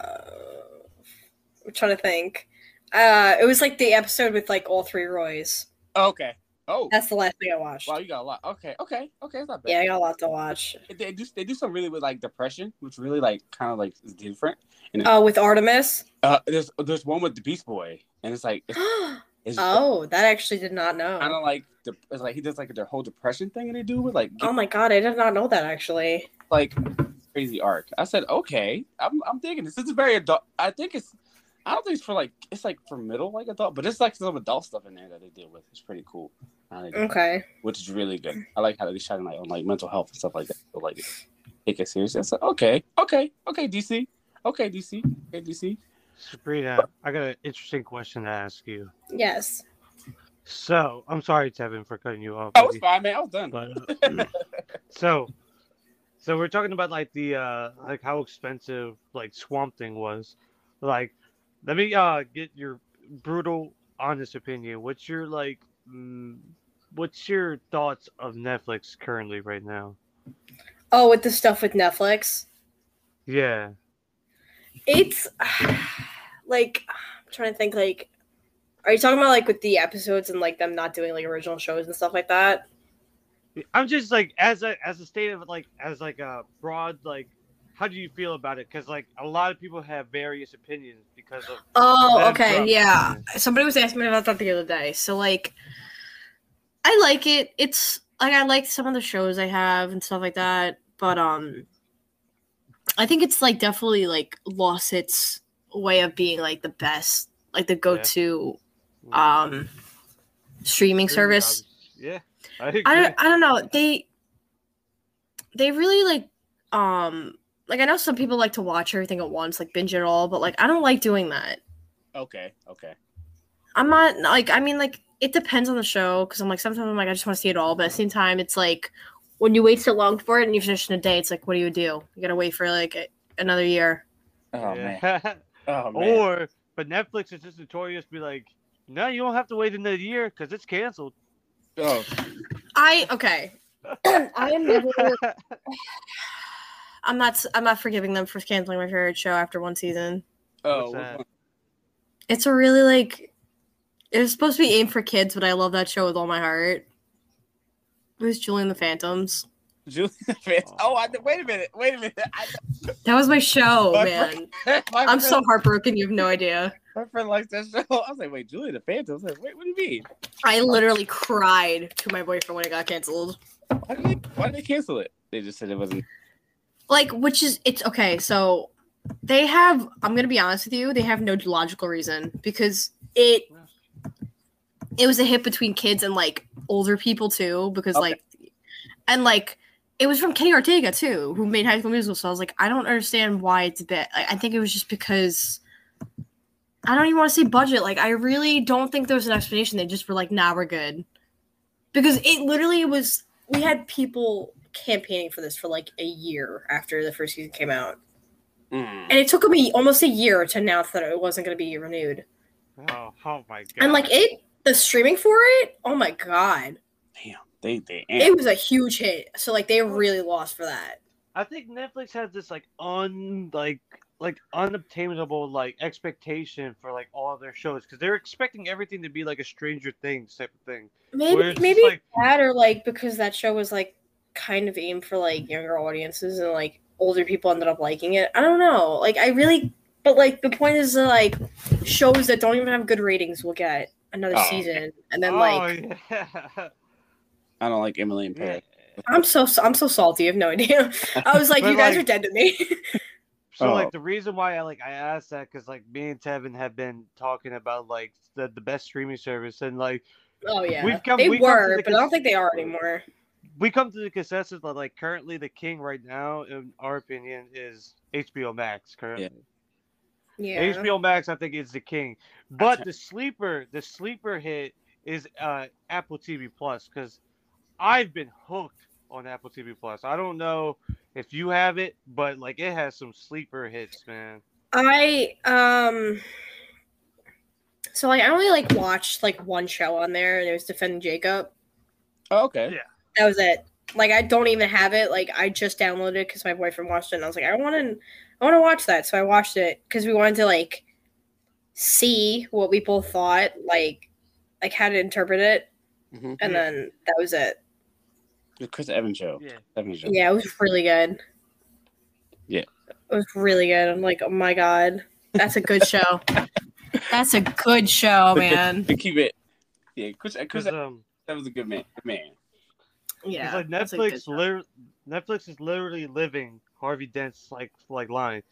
I'm trying to think. Uh, it was like the episode with like all three Roys. okay. Oh, That's the last thing I watched. wow, you got a lot. Okay, okay, okay. It's not bad. Yeah, I got a lot to watch. They do they do something really with like depression, which really like kind of like is different. Oh, with Artemis. Uh, there's there's one with the Beast Boy, and it's like it's, it's oh, that I actually did not kind know. of like the, it's like he does like their whole depression thing, and they do with like Oh my god, I did not know that actually. like crazy arc. I said, okay, I'm I'm digging this. It's very adult. I think it's. I don't think it's for like it's like for middle like adult, but it's like some adult stuff in there that they deal with. It's pretty cool, how they do it, Okay. which is really good. I like how they shine light on like mental health and stuff like that. But, like take it seriously. I said, okay, okay, okay, DC, okay, DC, okay, DC. Sabrina, I got an interesting question to ask you. Yes. So, I'm sorry, Tevin, for cutting you off. Oh, it's buddy, fine, man. I was done. but, uh, so, so we're talking about like the uh, like how expensive like Swamp Thing was. Like, let me uh get your brutal, honest opinion. What's your like? Mm, what's your thoughts of Netflix currently right now? Oh, with the stuff with Netflix. Yeah. It's like I'm trying to think like are you talking about like with the episodes and like them not doing like original shows and stuff like that? I'm just like as a as a state of like as like a broad like how do you feel about it? Because like a lot of people have various opinions because of Oh, That's okay, rough. yeah. Somebody was asking me about that the other day. So like, I like it. It's like I like some of the shows I have and stuff like that. But um, I think it's like definitely like lost its way of being like the best, like the go-to um streaming service. Yeah, I agree. I don't, I don't know. They they really like um like I know some people like to watch everything at once, like binge it all, but like I don't like doing that. Okay, okay. I'm not like I mean like it depends on the show because I'm like sometimes I'm like I just want to see it all, but at the same time it's like when you wait so long for it and you finish in a day, it's like what do you do? You gotta wait for like a- another year. Oh man. Yeah. Oh man. or but Netflix is just notorious to be like, no, you don't have to wait another year because it's canceled. oh, I okay. I am never. I'm not. s- I'm not forgiving them for canceling my favorite show after one season. What's oh, that? It's a really like. It was supposed to be aimed for kids, but I love that show with all my heart. It was Julian the Phantoms. Julian Fitz. Oh, I, wait a minute. Wait a minute. I, That was my show, My man. my I'm friend- so heartbroken. You have no idea. My friend likes that show. I was like, wait, Julie the Phantom? I was like, wait, what do you mean? I literally cried to my boyfriend when it got canceled. Why did they, why did they cancel it? They just said it wasn't. Like, which is it's okay. So they have. I'm gonna be honest with you. They have no logical reason because it. It was a hit between kids and like older people too, because Okay. like, and like. It was from Kenny Ortega too, who made High School Musical. So I was like, I don't understand why it's bad. I I think it was just because I don't even want to say budget. Like, I really don't think there was an explanation. They just were like, "Nah, we're good," Because it literally was we had people campaigning for this for like a year after the first season came out. Mm. And it took me almost a year to announce that it wasn't gonna be renewed. Oh, oh my god. And like it the streaming for it, oh my god. Damn. They, they, eh, It was a huge hit. So like they really lost for that. I think Netflix has this like un like like unobtainable like expectation for like all of their shows because they're expecting everything to be like a Stranger Things type of thing. Maybe Where it's just maybe like- that or like because that show was like kind of aimed for like younger audiences and like older people ended up liking it. I don't know. Like I really but like the point is that like shows that don't even have good ratings will get another Oh. season and then like oh yeah. I don't like Emily in Yeah. Paris. I'm so I'm so salty. I have no idea. I was like, But, you guys like- are dead to me. So Oh. like the reason why I like I asked that because like me and Tevin have been talking about like the, the best streaming service and like oh yeah, We've come- they we've come to were, the but I don't cons- think they are anymore. we come to the consensus that like currently the king right now in our opinion is HBO Max currently. Yeah, HBO Max I think is the king, but the sleeper the sleeper hit is uh Apple TV Plus because I've been hooked on Apple TV Plus. I don't know if you have it, but like it has some sleeper hits, man. I um. So like, I only like watched like one show on there, and it was Defending Jacob. Oh, okay. That was it. Like I don't even have it. Like I just downloaded it because my boyfriend watched it, and I was like, I want to, I want to watch that. So I watched it because we wanted to like see what we both thought, like, like how to interpret it, Mhm. and Yeah. then that was it. The Chris Evans show. Yeah. Evans show. Yeah, it was really good. Yeah. It was really good. I'm like, oh my god, that's a good show. That's a good show, man. To keep it. Yeah, Chris, Chris Because um. Evans was a good man. Good man. Yeah, It's like that's a good Netflix, show. lit- Netflix is literally living Harvey Dent's like like line,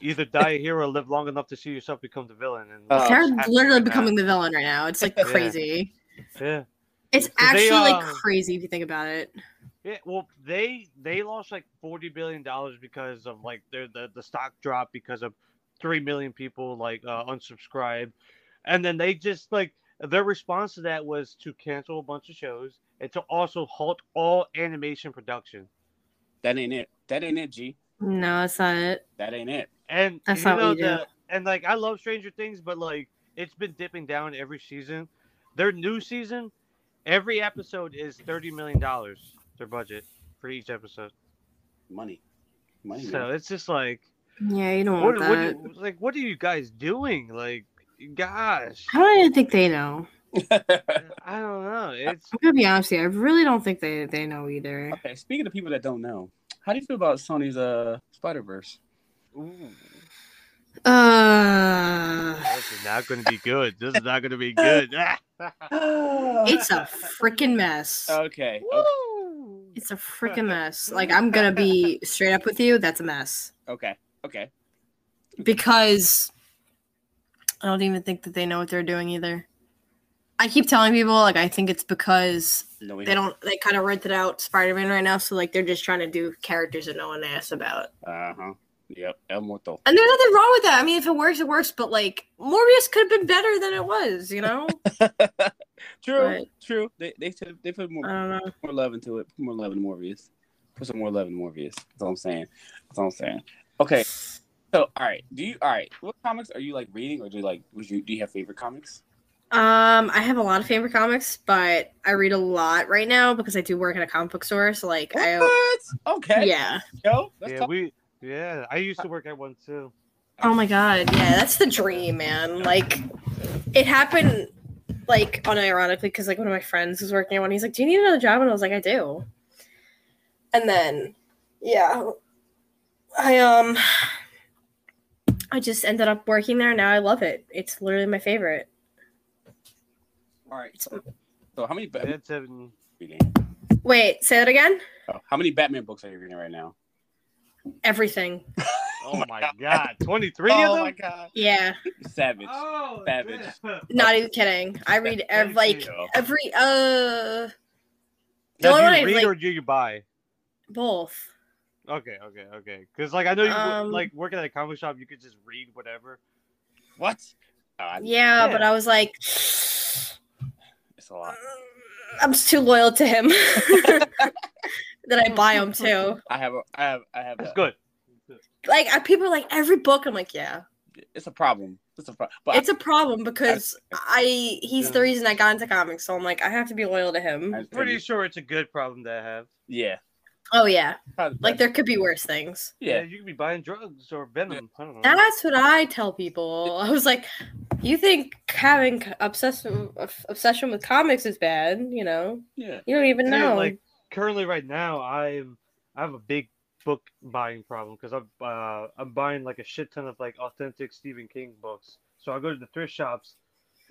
either die a hero, or live long enough to see yourself become the villain. And Uh, They're literally becoming the villain right now. It's like Yeah. crazy. yeah, It's They, actually like um, crazy if you think about it. yeah. Well, they they lost like forty billion dollars because of like their the the stock drop because of three million people like uh, unsubscribed, and then they just like their response to that was to cancel a bunch of shows and to also halt all animation production. That ain't it. That ain't it, G. No, that's not it. That ain't it. And That's you not what know you do. the- and like I love Stranger Things, but like it's been dipping down every season. Their new season, every episode is thirty million dollars their budget for each episode. Money. Money. So man. it's just like Yeah, you don't what, want what that. do- like what are you guys doing? Like gosh. I don't even think they know. I don't know. It's I'm gonna be honest with you. I really don't think they, they know either. okay, speaking of people that don't know, how do you feel about Sony's uh Spider Verse? ooh, Uh, this is not gonna be good. This is not gonna be good. it's a freaking mess. Uh, Okay. Okay. Woo! It's a freaking mess. Like I'm gonna be straight up with you. That's a mess Okay. Okay. because I don't even think that they know what they're doing either. I keep telling people like I think it's because No, we they don't they kind of rented out Spider-Man right now, so like they're just trying to do characters that no one asked about. Uh huh. Yep. El Muerto. And there's nothing wrong with that. I mean, if it works, it works. But like Morbius could have been better than it was, you know. True. Right. True. They they should they I put Uh. more, don't know. more love into it. Put more love in Morbius. Put some more love in Morbius. That's all I'm saying. That's all I'm saying. Okay. So all right. Do you all right? What comics are you like reading, or do you like? Would you do you have favorite comics? Um, I have a lot of favorite comics, but I read a lot right now because I do work at a comic book store. So like, I Okay. yeah. Yo, let's Yeah, talk. we yeah, I used to work at one too. Oh my god. Yeah, that's the dream, man. Like, it happened like unironically because like one of my friends was working at one. He's like, "Do you need another job?" And I was like, "I do." And then, yeah, I um, I just ended up working there. Now I love it. It's literally my favorite. all right. So, so how many Batman That's seven reading? Wait, say that again. Oh, how many Batman books are you reading right now? Everything. Oh my god, 23 of them? Oh, god. Yeah, Savage. Oh, Savage. damn. not even kidding. I read ev- like Yo. every uh The Now, only do one I you read like- or do you buy? both. Okay, okay, okay. Because like I know you Um, like working at a comic shop, you could just read whatever. What? Oh, I- Yeah, but Yeah. I was like, It's a lot. I'm just too loyal to him that I buy him too. I have. A, I have. I have. That's A, good. Like I, people are like every book. I'm like, yeah, it's a problem. It's a problem. But it's a problem because I he's the reason I got into comics. So I'm like, I have to be loyal to I- I- him. Pretty sure it's a good problem to have. Yeah. Oh yeah, Probably- like there could be worse things. Yeah, Yeah. you could be buying drugs or venom. I don't know. That's what I tell people. I was like, you think having obsession obsession with comics is bad? You know, Yeah. you don't even Dude, know. Like currently, right now, I'm I have a big book buying problem because I'm uh, I'm buying like a shit ton of like authentic Stephen King books. So I go to the thrift shops,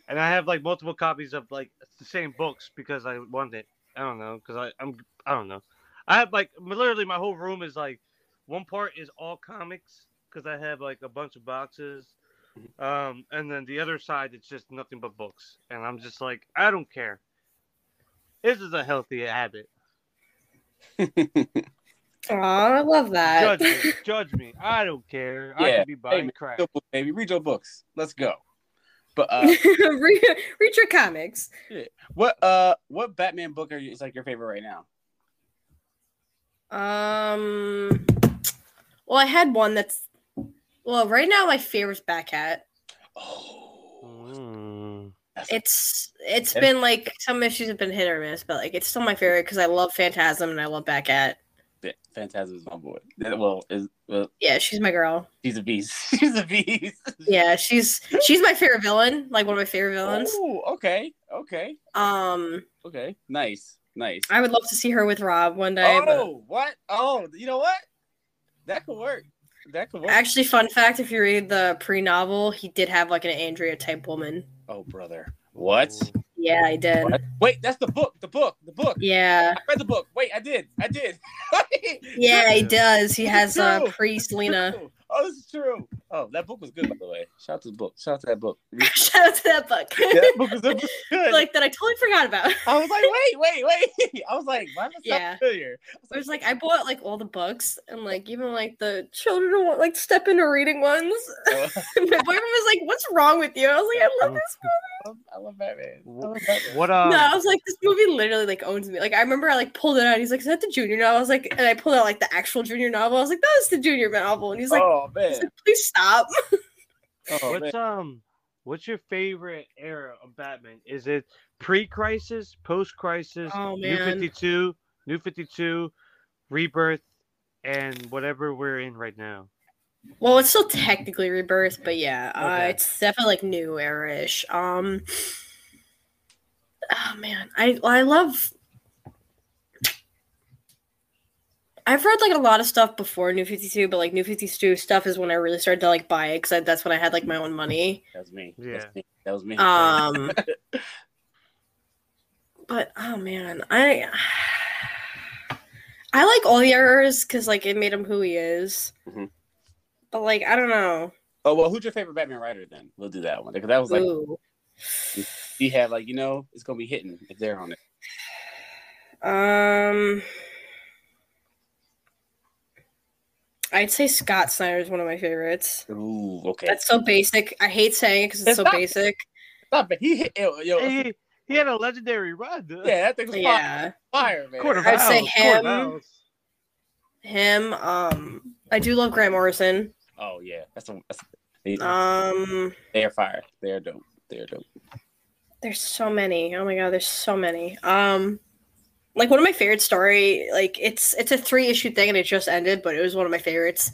and I have like multiple copies of like the same books because I want it. I don't know because I I'm I don't know. I have like literally my whole room is like one part is all comics because I have like a bunch of boxes, um, and then the other side it's just nothing but books, and I'm just like I don't care. This is a healthy habit. Aw, I love that. Judge me, judge me. I don't care. I Yeah, could be buying hey, crack. Read your book, baby, read your books. Let's go. But uh, read, read your comics. what uh, what Batman book are you, is like your favorite right now? Um, well, I had one that's well, right now my favorite's Batcat. Oh, Mm. It's it's Okay. been like some issues have been hit or miss, but like it's still my favorite because I love Phantasm and I love Batcat. yeah, Phantasm is my boy. Yeah, Well, is well, Yeah, she's my girl. she's a beast. she's a beast. Yeah, she's she's my favorite villain, like one of my favorite villains. Oh, okay, okay, Um, okay. Nice, nice. I would love to see her with Rob one day. oh, what? Oh, you know what? That could work. That could But work. actually, fun fact: if you read the pre-novel, he did have like an Andrea type woman. oh, brother. What? Yeah, I did. What? Wait, that's the book. The book. The book. Yeah, I read the book. Wait, I did. I did. yeah, he Yeah. does. He This has is uh, true. This is pre-Selena. true. Oh, this is true. Oh, that book was good, by the way. Shout out to the book. Shout out to that book. Read- Shout out to that book. Yeah, that book was, that book was good. like that I totally forgot about. I was like, wait, wait, wait. I was like, why does that Yeah. sound familiar? I was like, I bought like all the books and like even like the children who want like step into reading ones. Oh, My boyfriend was like, "What's wrong with you?" I was like, "I love this." I love- I love Batman. I love Batman. What um? no, I was like, "This movie literally like owns me." Like I remember I like pulled it out. He's like, "Is that the junior novel?" I was like, and I pulled out like the actual junior novel. I was like, "That was the junior novel," and he's like, oh man. he's like, "Please stop." Oh, man. What's um what's your favorite era of Batman? Is it pre-crisis, post-crisis, Oh, New man. 52, New 52, Rebirth and whatever we're in right now? Well, it's still technically rebirth, but yeah, uh, Okay. it's definitely like new era-ish. Um, oh man, I I love. I've read like a lot of stuff before New Fifty Two, but like New Fifty Two stuff is when I really started to like buy it because that's when I had like my own money. That was me. Yeah. That's me. That was me. Um, but oh man, I I like all the errors because like it made him who he is. Mhm. But like I don't know. oh well, who's your favorite Batman writer then? We'll do that one because that was like Ooh. he had like you know it's gonna be hitting if they're on it. Um, I'd say Scott Snyder is one of my favorites. Ooh, okay. That's so basic. I hate saying it because it's so basic. Stop it. He hit yo. yo He, he had a legendary run. dude. yeah, that thing was Yeah, fire, fire, man. Quarter I'd say miles, quarter him. miles. him. Um, I do love Grant Morrison. Oh yeah, that's a. That's a they, Um, they are fire. They are dope. They are dope. there's so many. Oh my god, there's so many. Um, like one of my favorite story. Like it's it's a three issue thing and it just ended, but it was one of my favorites.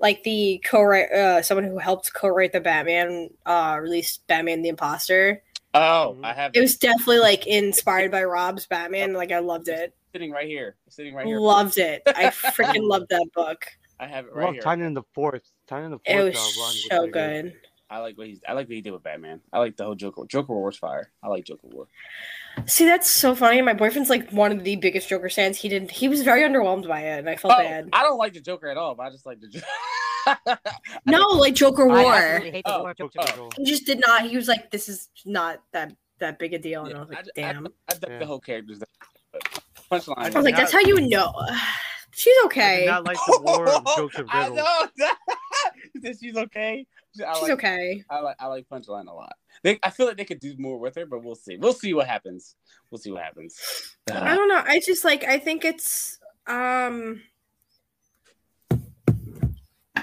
Like the co write uh, someone who helped co write the Batman uh released Batman the Imposter. Oh, Mhm. I have it it was definitely like inspired by Rob's Batman. Like I loved it, sitting right here. It's sitting right here. loved it. I freaking loved that book. I have it Well, right here. Tiny in the fourth. Tiny in the fourth. It uh, run was was so pretty good. I like what he's. I like what he did with Batman. I like the whole Joker. Joker War was fire. I like Joker War. See, that's so funny. My boyfriend's like one of the biggest Joker fans. He didn't. He was very underwhelmed by it, and I felt Oh, bad. I don't like the Joker at all. But I just like the Joker. no, like Joker War. hate Oh, oh. oh. He just did not. He was like, "This is not that that big a deal," and I was Yeah, like, d- "Damn." I, I, dug Yeah. the whole characters. but Punchline. was like, "Oh!" not- "That's how you know." She's I did okay. not like the war of jokes and I riddles. know. He said She's okay. I She's like, okay. I like I like Punchline a lot. They, I feel like they could do more with her, but we'll see. We'll see what happens. We'll see what happens. I don't know. I just like I think it's um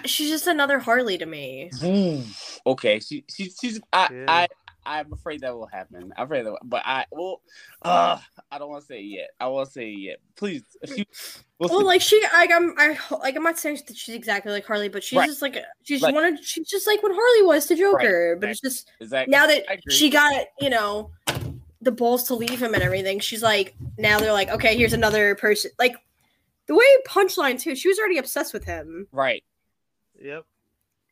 she's just another Harley to me. okay, she, she she's I, Yeah. I I'm afraid that will happen. I'm afraid that, will- but I will. Uh, I don't want to say it yet. I won't say it yet. Please, if you, we'll see. Well, like she, like I'm, I like I'm not saying that she's exactly like Harley, but she's Right. just like she's Like- one of she's just like what Harley was to Joker. But it's just Is that now that I agree. she got you know the balls to leave him and everything, she's like now they're like okay, here's another person. Like the way Punchline too, she was already obsessed with him. right? Yep.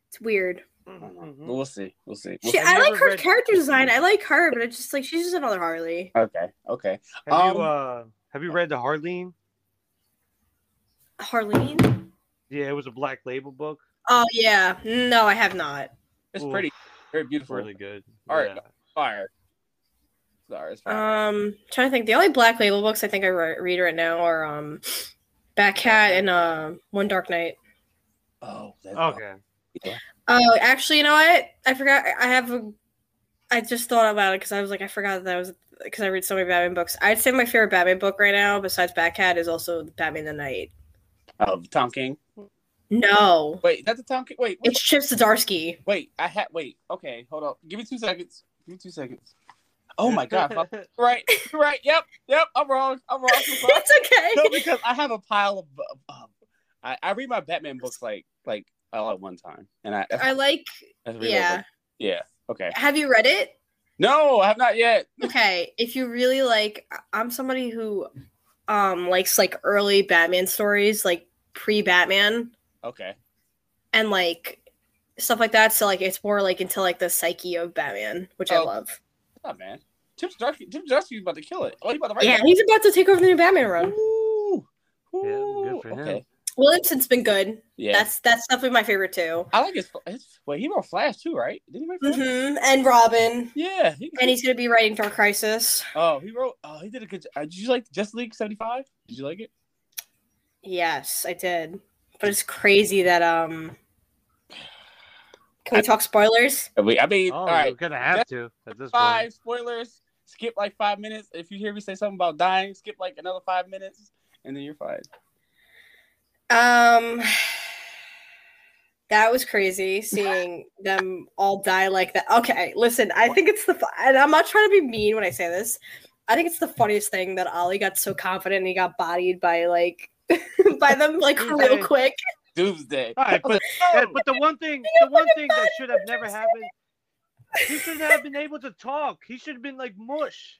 It's weird. Mm-hmm. But we'll see. We'll see. We'll She, Have I Hmm? you like ever her read- character design. I like her, but it's just like she's just another Harley. see. Okay. Okay. Have Um, you uh have you read the Harleen? Harleen? Yeah, it was a black label book. Oh yeah. No, I have not. It's Ooh, pretty, very beautiful. Really good. Art. Yeah. Fire. Sorry, it's fire. Um, trying to think. The only Black Label books I think I re- read right now are um, Bat Cat and um, One Dark Night. oh, that's Okay. Oh, actually, you know what? I forgot. I have a. I just thought about it because I was like, I forgot that I was because I read so many Batman books. I'd say my favorite Batman book right now, besides Bat Cat, is also Batman the Night. Oh, Tom King. No, Wait, that's the Tom King. Wait, wait, it's Chip Zdarsky. wait. I had. Wait. Okay, hold up. Give me two seconds. Give me two seconds. Oh my god. fuck. right. Right. Yep. Yep. I'm wrong. I'm wrong. I'm wrong. no, it's okay. because I have a pile of. of- of- I, I read my Batman books like like all at one time, and I. I like. that's really Uh, Yeah. like- yeah. Okay. Have you read it? No, I have not yet. okay if you really like I- i'm somebody who um likes like early batman stories like pre-batman Okay. and like stuff like that so like it's more like into like the psyche of batman which i Oh, love What's up, man? Tim Zdarsky, Tim Zdarsky's about to kill it. Oh, he's about to write yeah that. he's about to take over the new batman run Ooh, Yeah, good ooh, for him. okay. williamson's been good Yeah, that's that's definitely my favorite too I like his, his. Wait, he wrote Flash too, right? Did he write Flash? hmm and robin Yeah. He, and he's gonna be writing dark crisis oh, he wrote. Oh, he did a good. Uh, did you like Just League seventy five? Did you like it? yes i did but it's crazy that um can we talk spoilers Uh, Wait, I mean, Oh, all right. right. we're gonna have to at this point. Five spoilers. Skip like five minutes. If you hear me say something about dying, skip like another five minutes, and then you're fine. Um, that was crazy seeing them all die like that. Okay, listen, I think it's the fu- and I'm not trying to be mean when I say this. I think it's the funniest thing that Ollie got so confident and he got bodied by like by them like real Okay. quick. Doomsday. All right, but yeah, but the one thing, the one thing that should have never happened, he should not have been able to talk. He should have been like mush.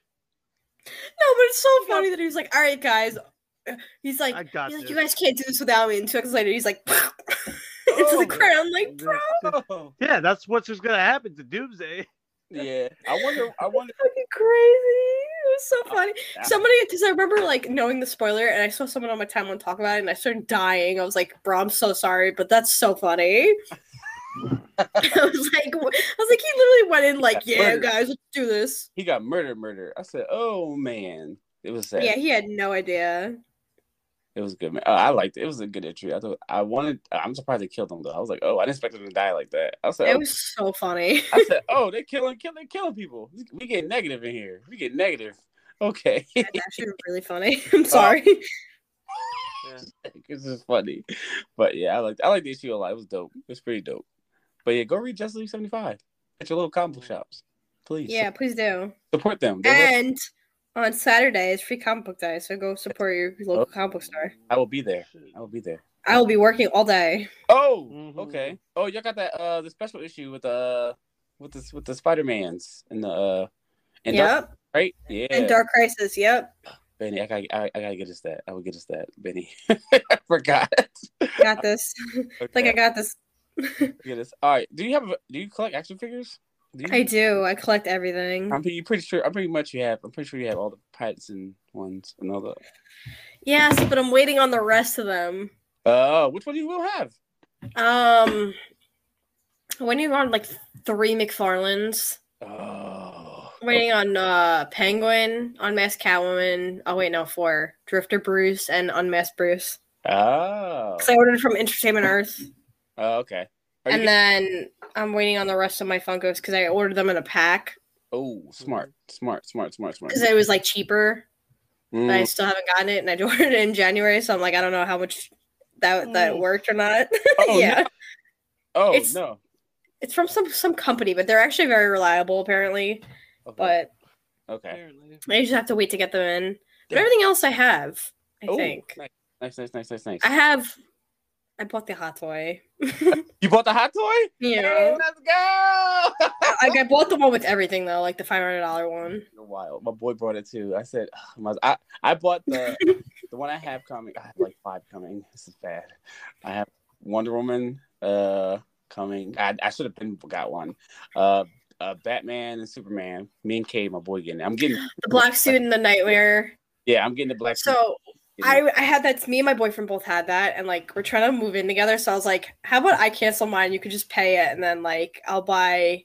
No, but it's so funny that he was like, "All right, guys." He's like, I got he's like, this. "You guys can't do this without me." And two seconds later, he's like, into Oh, the ground. Like, bro, Oh, Yeah, that's what's just gonna happen to Doomsday. yeah. I wonder. I wonder. fucking crazy. It was so Oh, funny. that- Somebody, because I remember like knowing the spoiler, and I saw someone on my timeline talk about it, and I started dying. I was like, "Bro, I'm so sorry, but that's so funny." I was like, wh- I was like, he literally went in like, That's "Yeah, murder. guys, let's do this." He got murder, murder. I said, oh man, it was sad. Yeah, he had no idea. It was good, man. Uh, I liked it. It was a good entry. I thought I wanted. I'm surprised they killed him though. I was like, oh, I didn't expect him to die like that. I said, "Oh," It was so funny. I said, oh, they killing, killing, killing people. We get negative in here. We get negative. Okay, It's actually really funny. Oh, I'm sorry. this is funny, but yeah, I liked. I liked the issue a lot. It was dope. It was pretty dope. But yeah, go read Just League 75 at your local comic book shops, please. yeah, please do. support them. They will- And on Saturday is free comic book day, so go support your Oh. local comic book store. I will be there. I will be there. I will be working all day. Oh, Mhm. okay. Oh, y'all got that uh the special issue with uh with this with the Spider Mans and the uh and yep. Dark, right? Yeah. And Dark Crisis. Yep. Benny, I gotta, I, I gotta get us that. I will get us that, Benny. I forgot. Got this. Like I Okay, got this. get us. All right. Do you have? Do you collect action figures? Do you? I do. I collect everything. I'm pretty, pretty sure. I'm pretty much you have. I'm pretty sure you have all the Pattinson ones and all the. Yes, but I'm waiting on the rest of them. Uh, which one you will have? Um, when you on like three McFarlanes, Oh. I'm waiting on uh Penguin, Unmasked Catwoman. Oh wait, no, four Drifter Bruce and Unmasked Bruce. Oh. Because I ordered from Entertainment Earth, Oh, okay. Are you and then I'm waiting on the rest of my Funkos because I ordered them in a pack oh, smart, smart, smart, smart, smart. because it was like cheaper. Mm, But I still haven't gotten it, and I ordered it in January, so I'm like, I don't know how much that that Mm. worked or not. Oh, yeah. no. Oh It's- no. It's from some some company, but they're actually very reliable apparently. Okay. But okay. I just have to wait to get them in. But Yeah. everything else I have, I Ooh, think. Oh, Nice, nice, nice, nice, nice, nice. I have I bought the hot toy. You bought the hot toy? you Hey, know. let's go. like I bought the one with everything though, like the five hundred dollar one. in a while. My boy brought it too. I said, "Ugh, my- I, I bought the the one I have coming. I have like five coming. This is bad. I have Wonder Woman uh coming. I, I should have been got one. Uh, uh, Batman and Superman. Me and Kay, my boy, getting. It. I'm getting. The black suit and the nightmare. Yeah, I'm getting the black. So I, I had that. Me and my boyfriend both had that, and like we're trying to move in together. So I was like, "How about I cancel mine? You could just pay it, and then like I'll buy."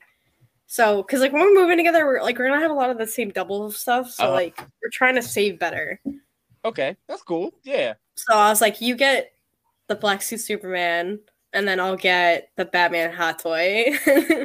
So, because like when we're moving together, we're like we're gonna have a lot of the same double stuff. So Uh-huh. like we're trying to save better. Okay, that's cool. Yeah. So I was like, "You get the black suit Superman, and then I'll get the Batman hot toy."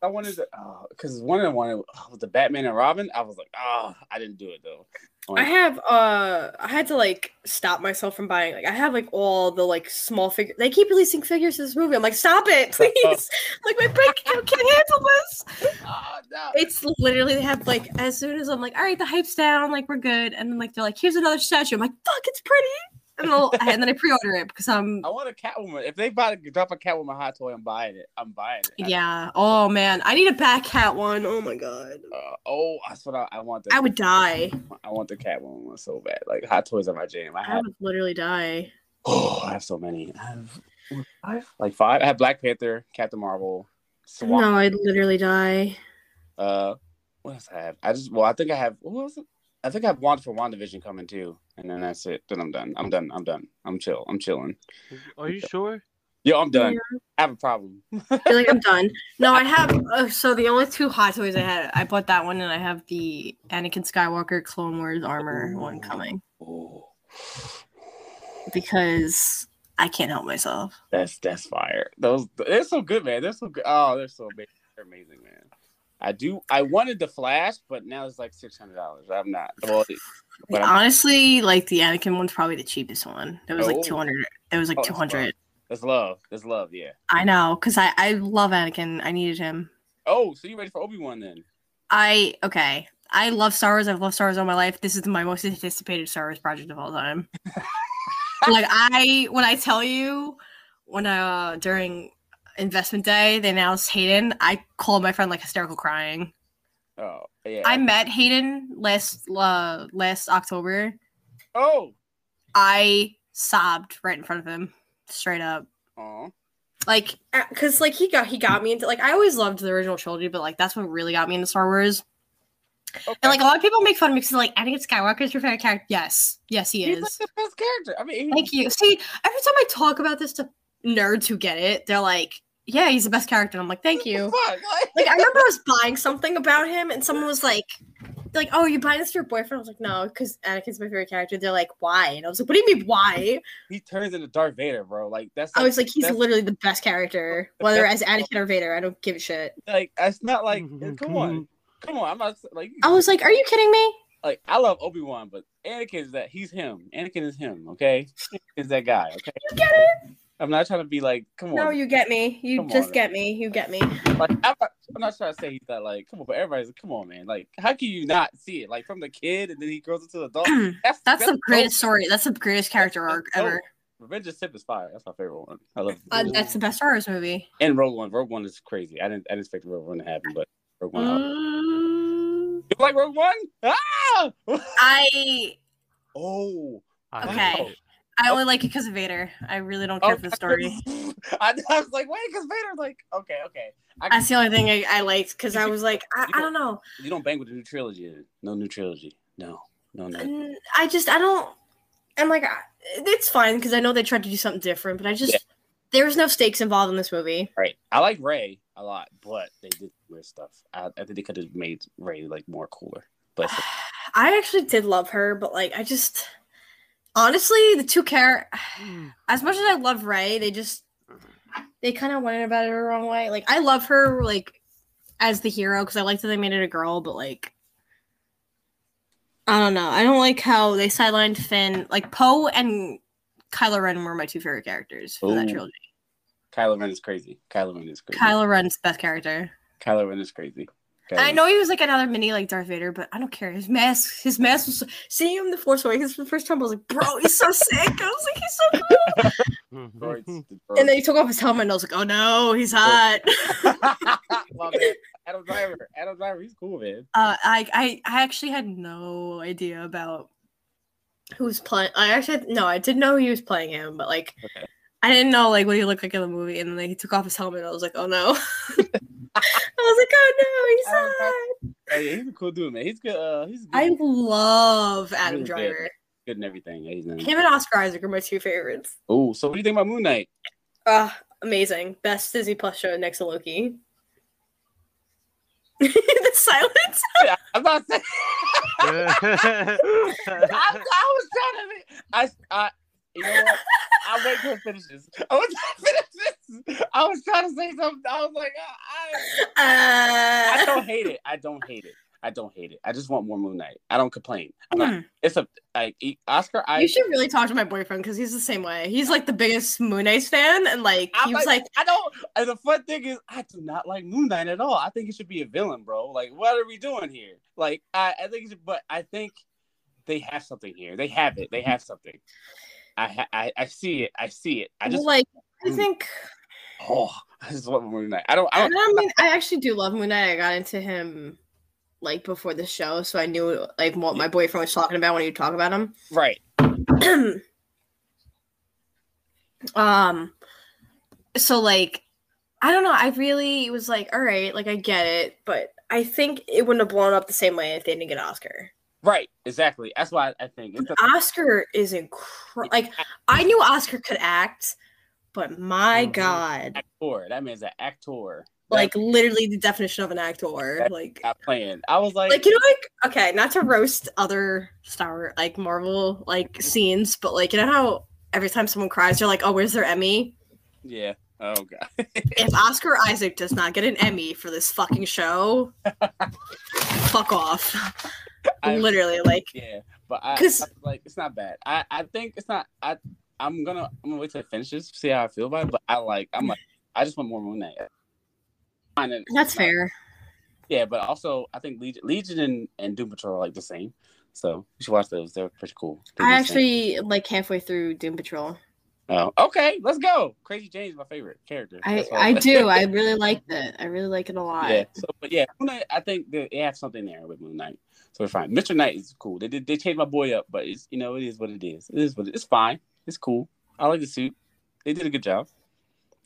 I wanted to, because uh, one of them wanted oh, with the Batman and Robin. I was like, oh, I didn't do it though. I have uh I had to like stop myself from buying like I have like all the like small figure they keep releasing figures to this movie. I'm like, stop it, Stop. please. like my bank account can't handle this. Ah, no. It's literally they have like as soon as I'm like, all right, the hype's down, like we're good, and then like they're like, here's another statue. I'm like, fuck, it's pretty, and, I'll, and then I pre-order it because I'm I want a Catwoman. If they buy drop a Catwoman hot toy, I'm buying it. I'm buying it. yeah. Oh man, I need a back hat one. Oh my god, Uh, oh, that's what I, I want. The, I would die. I want the Catwoman one so bad. Like hot toys are my jam. I I have. would literally die. Oh, I have so many. I have what, five, like five. I have Black Panther, Captain Marvel, No, Swamp. I'd literally die. Uh, what else I have? I just well, I think I have. What was it? I think I have Wanda for WandaVision coming too, and then that's it. Then I'm done. I'm done. I'm done. I'm chill. I'm chilling. Are you sure? Yo, I'm done. I have a problem. You're like I'm done. No, I have. Uh, so the only two hot toys I had, I bought that one, and I have the Anakin Skywalker Clone Wars armor one coming Oh, because I can't help myself. that's that's fire. Those they're so good, man. They're so good. Oh, they're so amazing. They're amazing, man. I do. I wanted the Flash, but now it's like six hundred dollars. I'm not. Well, but I'm, Honestly, like the Anakin one's probably the cheapest one. It was Oh. like two hundred. It was like Oh, that's two hundred. that's love. That's love. Yeah. I know, cause I I love Anakin. I needed him. Oh, so you ready for Obi Wan then? I okay. I love Star Wars. I've loved Star Wars all my life. This is my most anticipated Star Wars project of all time. like I, when I tell you, when uh during investment day they announced Hayden, I called my friend like hysterical crying. Oh, yeah. I met Hayden last uh, last October. Oh. I sobbed right in front of him, straight up. Aw. Like Uh, Cause like he got he got me into like I always loved the original trilogy, but like that's what really got me into Star Wars. Okay. And like a lot of people make fun of me because like Anakin Skywalker is your favorite character. Yes, yes, he he's is. like the best character. I mean, he, Thank you. See, every time I talk about this to nerds who get it, they're like, "Yeah, he's the best character." And I'm like, "Thank you." Fuck, like- like I remember I was buying something about him and someone was like like oh you buying this for your boyfriend? I was like, No, because Anakin's my favorite character. They're like, why? And I was like, What do you mean why? he turns into Darth Vader, bro. Like that's. I was like, he's that's- literally the best character, The whether best- as Anakin or Vader. I don't give a shit. like it's not like Mm-hmm. come on, come on. I'm not like I was like, Are you kidding me? like I love Obi Wan, but Anakin is that he's him. Anakin is him. Okay, is that guy. Okay, You get it? I'm not trying to be like come on. No, you get me. You Come just on. get me. You get me. like I'm not, I'm not trying to say he's that like come on, but everybody's like come on, man. Like how can you not see it? Like from the kid and then he grows into the adult. That's That's the dope. greatest story. That's the greatest character That's arc dope. ever. Revenge of Sith is fire. That's my favorite one. I love. Uh, Revenge of that's the best Star Wars movie. and Rogue One. Rogue One is crazy. I didn't I didn't expect Rogue One to happen, but Rogue One. Mm, You like Rogue One? Ah! I oh. Okay. Wow. I only like it because of Vader. I really don't care for the story. Oh, I, I was like, wait, because Vader's like, okay, okay. That's the only thing I, I liked because I was like, I, I don't know. You don't bang with the new trilogy. then. No new trilogy. No, no, no. Mm, I just I don't. I'm like, I- it's fine because I know they tried to do something different, but I just Yeah. there was no stakes involved in this movie. Right. I like Ray a lot, but they did weird stuff. I, I think they could have made Ray like more cooler. But I actually did love her, but like I just honestly the two care as much as I love Ray, they just they kind of went about it the wrong way. Like I love her like As the hero, because I liked that they made it a girl, but like, I don't know. I don't like how they sidelined Finn. Like Poe and Kylo Ren were my two favorite characters for that Ooh. trilogy. Kylo Ren is crazy. Kylo Ren is crazy. Kylo Ren's the best character. Kylo Ren is crazy. And I Kylo- know he was like another mini like Darth Vader, but I don't care. His mask, his mask was so- seeing him in the Force Awakens for the first time. I was like, bro, he's so sick. I was like, he's so cool. Mm-hmm. Droids, the droids. and then he took off his helmet and I was like, oh no, he's hot. My man, Adam Driver. Adam Driver, he's cool, man. Uh, I, I I actually had no idea about Who was playing? I actually no, I did know he was playing him, but like Okay. I didn't know like what he looked like in the movie, and then like, he took off his helmet. I was like, oh no. I was like, oh no, he's I was hot. Oh, Hey, he's a cool dude, man. He's good. Uh, he's a good. I love Adam Really good. Driver. good and everything. Yeah, he's in. Him and Oscar Isaac are my two favorites. Oh, so what do you think about Moon Knight? Ah, amazing. Best Disney Plus show next to Loki. the silence. I'm not saying. I I, I was trying to. Be, I, I, you know what? I wait till it finishes. I was trying to finish this. I was trying to say something. I was like, I, I, I Uh, don't hate it. I don't hate it. I don't hate it. I just want more Moon Knight. I don't complain. I'm not, it's a like e- Oscar. I, Mm. you should really talk to my boyfriend because he's the same way. He's like the biggest Moon Knight fan, and like I'm he was like, I don't. And the fun thing is, I do not like Moon Knight at all. I think it should be a villain, bro. Like, what are we doing here? Like, I, I think, it should, but I think they have something here. They have it. They have something. I, ha- I, I see it. I see it. I well, just, like I Mm. think oh, I just want Moon Knight. I don't, I I, don't. mean I actually do love Moon Knight. I got into him like before the show, so I knew like what my boyfriend was talking about when he would talk about him. Right. um so like i don't know i really was like all right like i get it but i think it wouldn't have blown up the same way if they didn't get oscar Right. Exactly. That's why I think it's the, oscar is incredible like i knew oscar could act but my Mm-hmm. Mhm. god actor. That means an actor. like literally the definition of an actor like not playing. I was like, like you know like okay not to roast other star like marvel Mm-hmm. like scenes but like you know how every time someone cries you're like oh where's their emmy yeah. Oh god. if Oscar Isaac does not get an Emmy for this fucking show, fuck off. I- Literally, like, Yeah, but I, I 'Cause- was like it's not bad. I, I think it's not. I I'm gonna I'm gonna wait till it finishes, see how I feel about it. But I like I'm like I just want more Moon Knight. Fine, and- that's fair. Yeah, but also I think Legion, Legion and, and Doom Patrol are like the same, so you should watch those. They're pretty cool. They're I the same. actually am, like halfway through Doom Patrol. Oh, okay, let's go. Crazy Jane's my favorite character. I, That's why- I do. I really like it. I really like it a lot. Yeah. So, but yeah, Moon Knight, I think they they have something there with Moon Knight, so we're fine. Mr. Knight is cool. They did they changed my boy up, but it's you know it is what it is. It is what it, it's fine. It's cool. I like the suit. They did a good job.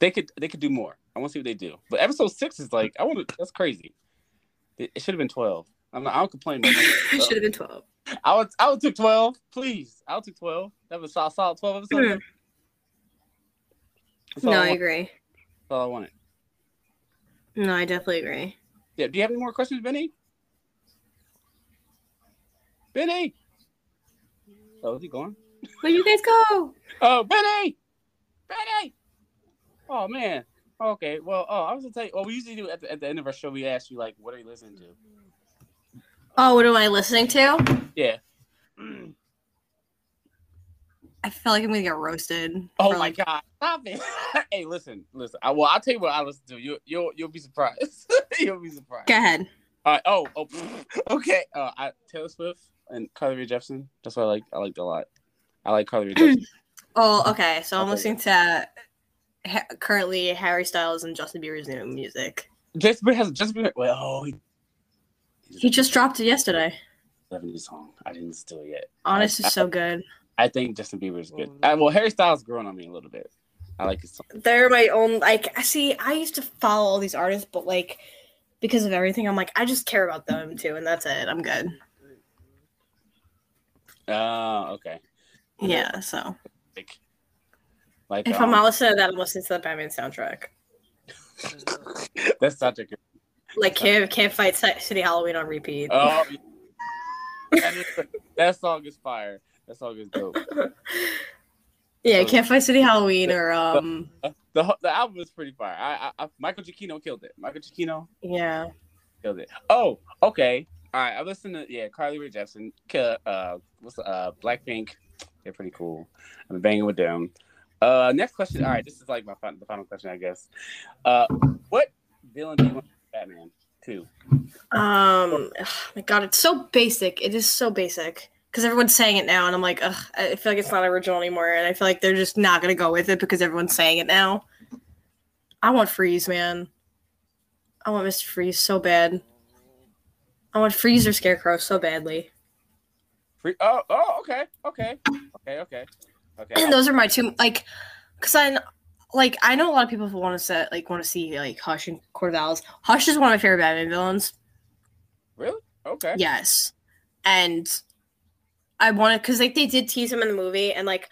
They could they could do more. I want to see what they do. But episode six is like I want to. That's crazy. It, it should have been twelve. I'm not, I don't complain. About I should that. have been 12. I would I would took twelve, please. I would took twelve. That was solid, solid twelve Hmm. episodes. That's all, No, I I want- agree. that's all I wanted. No, I definitely agree. Yeah. Do you have any more questions, Benny? Benny. Oh, is he gone? Where you guys go? Oh, Benny. Benny. Oh man. Okay. Well. Oh, I was gonna tell you. Well, we usually do at the, at the end of our show. We ask you like, what are you listening to? Oh, what am I listening to? Yeah. I feel like I'm gonna get roasted. Oh for, my like, God. Stop it. hey, listen, listen. I, well, I'll tell you what I listen to. You you'll you'll be surprised. you'll be surprised. Go ahead. All right. Oh. Oh. pfft. Okay. Uh, I, Taylor Swift and Carly Rae Jepsen. That's what I like. I liked a lot. I like Carly Rae Jepsen. Oh, okay. So I'm Okay. listening to ha- currently Harry Styles and Justin Bieber's new music. Justin Bieber has Justin Bieber. Well, oh, he, He just dropped it yesterday. Seventy song. I didn't steal it yet. Honest is so good. I think Justin Bieber is good. Uh, well, Harry Styles growing on me a little bit. I like his song. They're my own. Like, I see, I used to follow all these artists, but like because of everything, I'm like, I just care about them too, and that's it. I'm good. Oh, okay. Yeah. So Like, like if um, I'm not listening to that, I'm listening to the Batman soundtrack. that's such a good. Like, can't can't fight Ci- City Halloween on repeat. Oh, that, is, that song is fire. That song is dope. yeah, can't fight City Halloween or um. The whole- the album is pretty fire. I, I, I Michael Giacchino killed it. Michael Giacchino Yeah. killed it. Oh, okay. All right. I listened to yeah, Carly Rae Jepsen. Ki- Uh, what's the- uh, Blackpink? They're pretty cool. I'm banging with them. Uh, next question. All right, this is like my fin- the final question, I guess. Uh, what villain do you want to be Batman? Two. Um, ugh, my God, it's so basic. It is so basic because everyone's saying it now, and I'm like, ugh, I feel like it's not original anymore, and I feel like they're just not gonna go with it because everyone's saying it now. I want Freeze, man. I want Mr. Freeze so bad. I want Freeze or Scarecrow so badly. Free- oh, oh, okay, okay, okay, okay, okay. Those are my two, like, because I, like, I know a lot of people who want to set, like, want to see like Hush and Corvallis. Hush is one of my favorite Batman villains. Really? Okay. Yes. And I wanted because like they did tease him in the movie, and like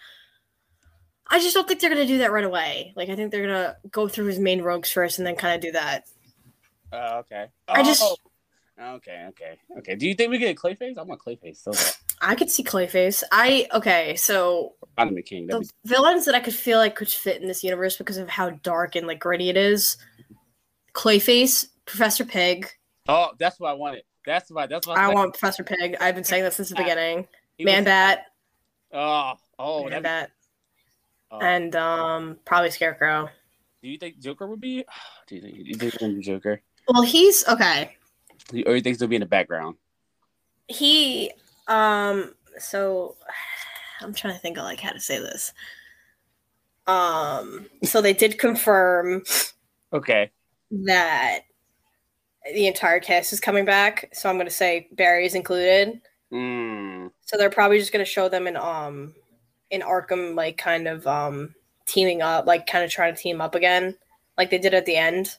I just don't think they're gonna do that right away. Like I think they're gonna go through his main rogues first, and then kind of do that. Uh, okay. I just- Oh. Okay, okay, okay. Do you think we get a Clayface? I want Clayface. So bad. I could see Clayface. I okay, so Rodney McKing. that'd the villains that I could feel like could fit in this universe because of how dark and like gritty it is. Clayface, Professor Pig. be- Oh, that's what I wanted. That's why. That's what was I like, want Professor Pig. I've been saying that since the Yeah. beginning. he was- Man Bat, Oh, oh, Man that'd Bat, be- oh. and um probably Scarecrow. do you think Joker would be? Do you think do you think he'll be Joker, Well, he's okay. or you think he'll be in the background? He um so I'm trying to think of like how to say this. Um so they did confirm Okay. that the entire cast is coming back, so I'm going to say Barry is included. Mm. So they're probably just gonna show them in um in Arkham like kind of um teaming up, like kind of trying to team up again, like they did at the end.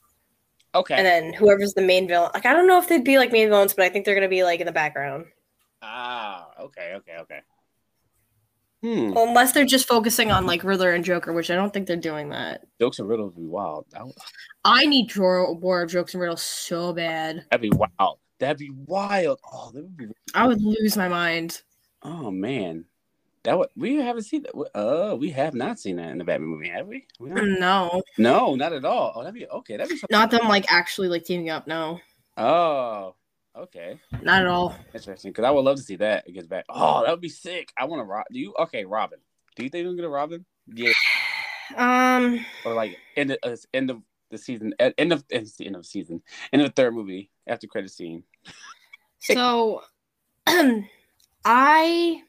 Okay. And then whoever's the main villain, like I don't know if they'd be like main villains, but I think they're gonna be like in the background, ah. Okay. Okay. Okay. Hmm. well, unless they're just focusing on like Riddler and Joker, which I don't think they're doing that. Jokes and riddles would be wild. That would- I need draw war of jokes and riddles so bad. That'd be wild. That'd be wild. Oh, that would be. I would lose my mind. Oh man, that would. We haven't seen that. Uh, we have not seen that in the Batman movie, have we? we don't- No, no, not at all. Oh, that'd be okay. That'd be. Something. not them like actually like teaming up. No, Oh, okay. not at all. Interesting, because I would love to see that against Bat. Oh, that would be sick. I want to rob. Do you? Okay, Robin. Do you think we're gonna get a Robin? Yeah, Um, or like end of uh, end of the season, uh, end of it's the end of the season, end of the third movie after credit scene. So I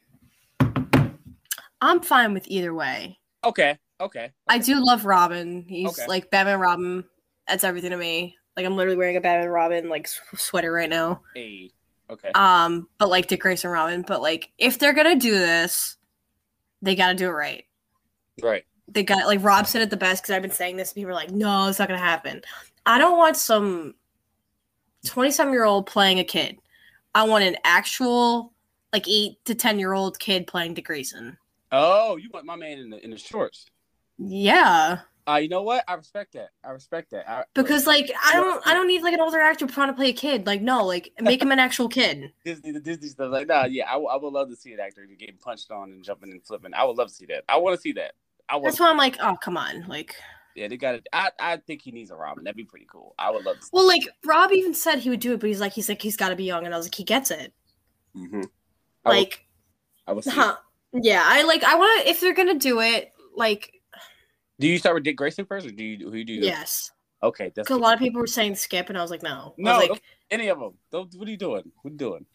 I'm fine with either way. Okay, okay. I do love Robin. He's Okay. like Batman Robin. That's everything to me. Like I'm literally wearing a Batman Robin like s- sweater right now. Hey, okay. Um, but like Dick Grayson Robin. But like if they're gonna do this, they gotta do it right. right. They got like Rob said it the best because I've been saying this. And people are like, no, it's not gonna happen. I don't want some twenty-some year old playing a kid. I want an actual like eight to ten year old kid playing Dick Grayson. Oh, you want my man in the in the shorts? Yeah. Uh, you know what? I respect that. I respect that. I, Because like I don't I don't need like an older actor trying to play a kid. Like no, like make him an actual kid. Disney, the Disney stuff, like, nah, yeah, I, w- I would love to see an actor getting punched on and jumping and flipping. I would love to see that. I want to see that. I want. That's why I'm like, oh come on. Like Yeah, they got it. I, I think he needs a Robin. That'd be pretty cool. I would love to. well like Rob even said he would do it, but he's like he's like he's gotta be young and I was like, he gets it. Mm-hmm. I would- Like I would see. it. huh. Yeah, I like I wanna if they're gonna do it, like Do you start with Dick Grayson first, or do you who do you? yes. Okay, that's 'Cause a lot of people were saying skip and I was like, no. I was No, like, don't- any of them. Don't, what are you doing? What are you doing?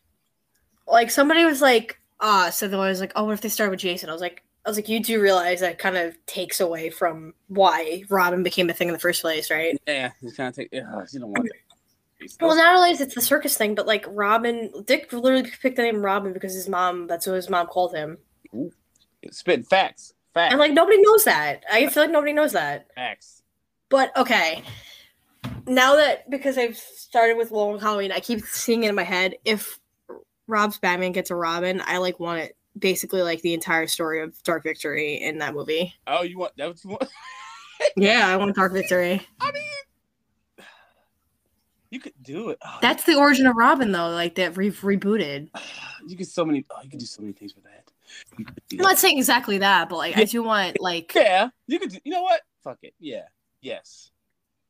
like Somebody was like, ah, so then I was like, oh, what if they start with Jason? I was like, I was like, you do realize that kind of takes away from why Robin became a thing in the first place, right? Yeah, he's trying to take. Ugh, you don't want that. Well, not only is it's the circus thing, but like Robin, Dick literally picked the name Robin because his mom, that's what his mom called him. spitting facts, facts, And like nobody knows that. I feel like nobody knows that. facts. But okay. Now that because I've started with Long Halloween, I keep seeing it in my head. If Rob's Batman gets a Robin, I like want it basically like the entire story of Dark Victory in that movie. Oh, you want that? What you want? Yeah, I want Dark Victory. I mean, you could do it. Oh, you that's the origin of Robin though, like that re- rebooted. You could so many. Oh, you could do so many things with that. You could do I'm not saying exactly that, but like I do want like that. Yeah, you could. Do, you know what? Fuck it. Yeah. Yes.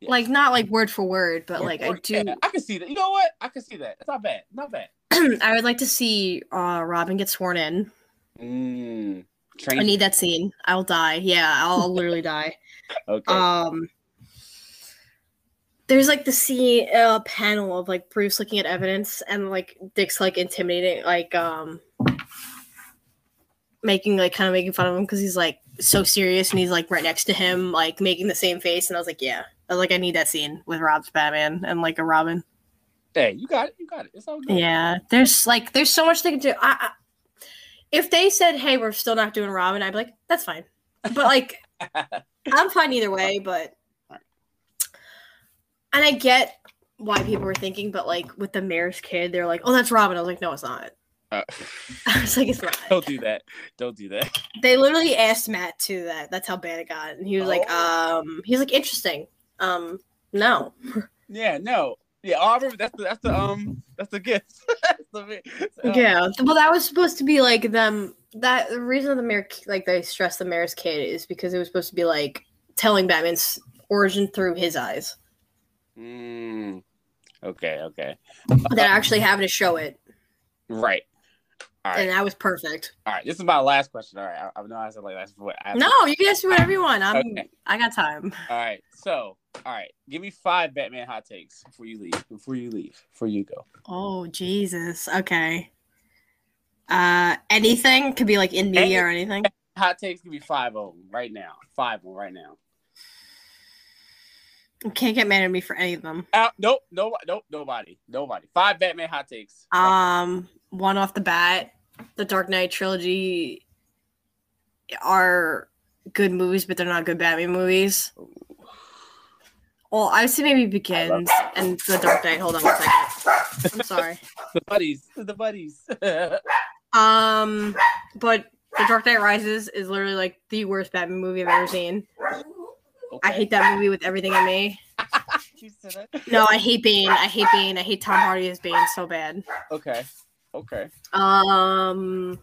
Yes. like not like word for word, but Or- like or- I do yeah, I can see that. You know what? I can see that. It's not bad. Not bad. I would like to see uh Robin get sworn in. Mm, I train. need that scene. I'll die. Yeah, I'll literally die. okay. Um There's like the scene E uh, panel of like Bruce looking at evidence and like Dick's like intimidating, like um making like kind of making fun of him because he's like so serious and he's like right next to him, like making the same face. And I was like, yeah, I was like, I need that scene with Rob's Batman and like a Robin. hey, you got it. You got it. It's all good. Yeah, there's like there's so much they can do. I, I, if they said, hey, we're still not doing Robin, I'd be like, that's fine. But like I'm fine either way, but and I get why people were thinking, but like with the mayor's kid, they're like, "Oh, that's Robin." I was like, "No, it's not." Uh, I was like, it's not. don't do that. Don't do that. They literally asked Matt to that. That's how bad it got. And he was like, Oh. um, he was like, interesting. Um, no. Yeah, no. Yeah, all I remember- that's the that's the um that's the gift. that's the, bit. So, Yeah. Well, that was supposed to be like them. That the reason the mayor, like they stressed the mayor's kid, is because it was supposed to be like telling Batman's origin through his eyes. Mm, okay, okay. They're Uh-huh. actually having to show it, Right. All right. and that was perfect. All right. This is my last question. All right. I, I know I said like that's what I No, you can ask me whatever you want. I'm, Okay. I got time. All right. So, all right. Give me five Batman hot takes before you leave. Before you leave. Before you go. Oh Jesus. Okay. Uh, anything could be like in me or anything. Hot takes. Give me five of them right now. Five of 'em right now. You can't get mad at me for any of them. Out. Nope. No. Nope. Nobody. Nobody. Five Batman hot takes. Um, one off the bat, the Dark Knight trilogy are good movies, but they're not good Batman movies. Well, I would say maybe Begins and the Dark Knight. Hold on one second. I'm sorry. the buddies. The buddies. Um, but the Dark Knight Rises is literally like the worst Batman movie I've ever seen. I hate that movie with everything in me. that. No, I hate Bane. I hate Bane. I hate Tom Hardy as Bane so bad. Okay. Okay. Um,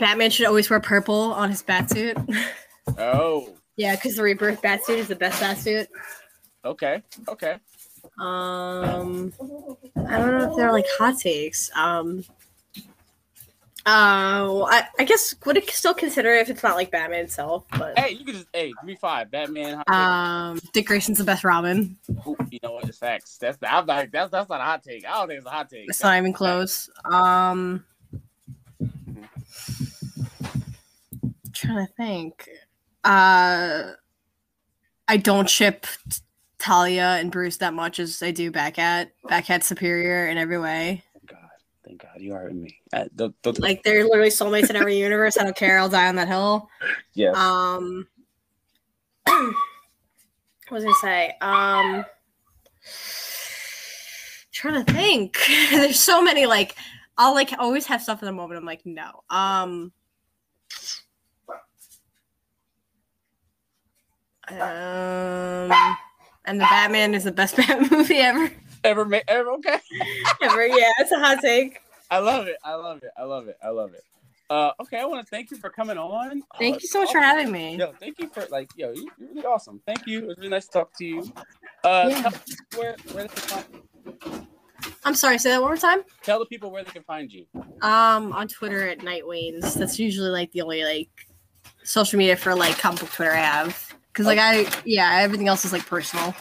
Batman should always wear purple on his batsuit. Oh. yeah, because the rebirth batsuit is the best batsuit. Okay. Okay. Um, I don't know if they're like hot takes. Um, uh, well, I, I guess would it still consider it if it's not like Batman itself, but Hey, you can just hey, give me five Batman. Hot um, Dick Grayson's the best Robin. takes. Ooh, you know what? It's facts. That's I'm not. That's that's not a hot take. I don't think it's a hot take. It's not even close. Um, trying to think. Uh, I don't ship Talia and Bruce that much as I do Backhat. Backhat's superior in every way. Thank God. Thank God. You are with me. Uh, don't, don't, Like they're literally soulmates in every universe. I don't care. I'll die on that hill. yes. Um, what was I gonna say? Um, trying to think. There's so many. Like I'll like always have stuff in the moment. I'm like no. Um. Um, and the Batman is the best Batman movie ever. ever made. Ever okay. Ever, yeah, it's a hot take. I love it. I love it. I love it. I love it. Uh, okay, I want to thank you for coming on. Uh, Thank you so much for having me. Yo, thank you for like, yo, you, you're really awesome. Thank you. It was really nice to talk to you. Uh, Yeah. tell, the people where, where they can find, I'm sorry. Say that one more time. tell the people where they can find you. Um, on Twitter at Nightwanes. That's usually like the only like social media for like comic book Twitter I have. Cause like I yeah, everything else is like personal.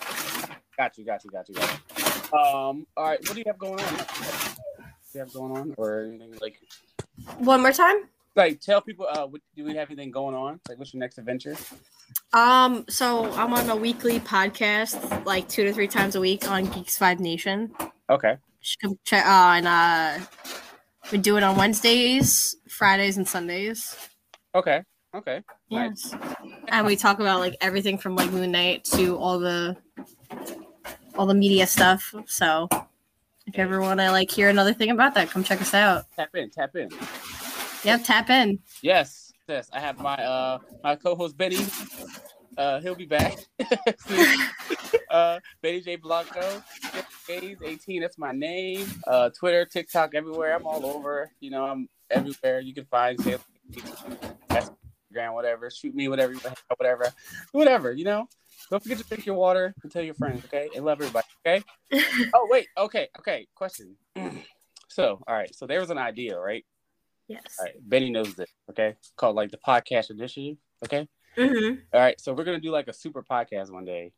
Got you. Got you. Got you. Got you. Um. All right. What do you have going on? What do you have going on or anything like? One more time. Like, tell people. Uh, what, do we have anything going on? Like, what's your next adventure? Um, so I'm on a weekly podcast, like two to three times a week on Geeks Five Nation. Okay. Just come check on. Uh, we do it on Wednesdays, Fridays, and Sundays. Okay. Okay. Yes. And we talk about like everything from like Moon Knight to all the all the media stuff. So if you ever want to like hear another thing about that, come check us out. Tap in. Tap in. Yep, tap in. Yes, yes. I have my uh my co-host Benny. Uh, he'll be back. soon. uh, Benny J Blanco, Gaze eighteen. That's my name. Uh, Twitter, TikTok, everywhere. I'm all over. You know, I'm everywhere. You can find Jay- that's Instagram, whatever. Shoot me, whatever, you want, whatever, whatever. You know. Don't forget to drink your water and tell your friends, okay? And love everybody, okay? oh wait, okay, okay. Question. so, all right. So there was an idea, right? Yes. All right, Benny knows this. Okay, it's called like the podcast initiative. Okay, Mm-hmm. all right. So we're gonna do like a super podcast one day,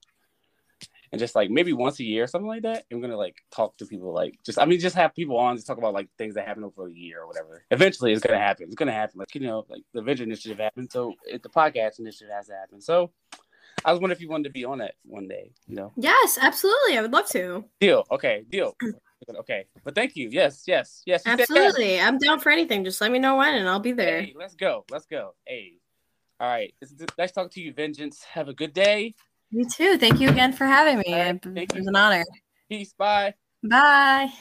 and just like maybe once a year, or something like that. And we're gonna like talk to people, like just I mean, just have people on to talk about like things that happen over a year or whatever. Eventually, it's gonna happen. It's gonna happen. Like you know, like the Venture Initiative happened, so it, the podcast initiative has to happen. So I was wondering if you wanted to be on that one day. You know, Yes, absolutely. I would love to. deal. Okay, deal. Okay, but thank you. Yes, yes, yes. You said yes. Absolutely. I'm down for anything. Just let me know when and I'll be there. Hey, let's go. Let's go. Hey. All right. It's nice talking to you, Vengeance. Have a good day. You too. Thank you again for having me. All right, It thank was you. an honor. Peace. Bye. Bye.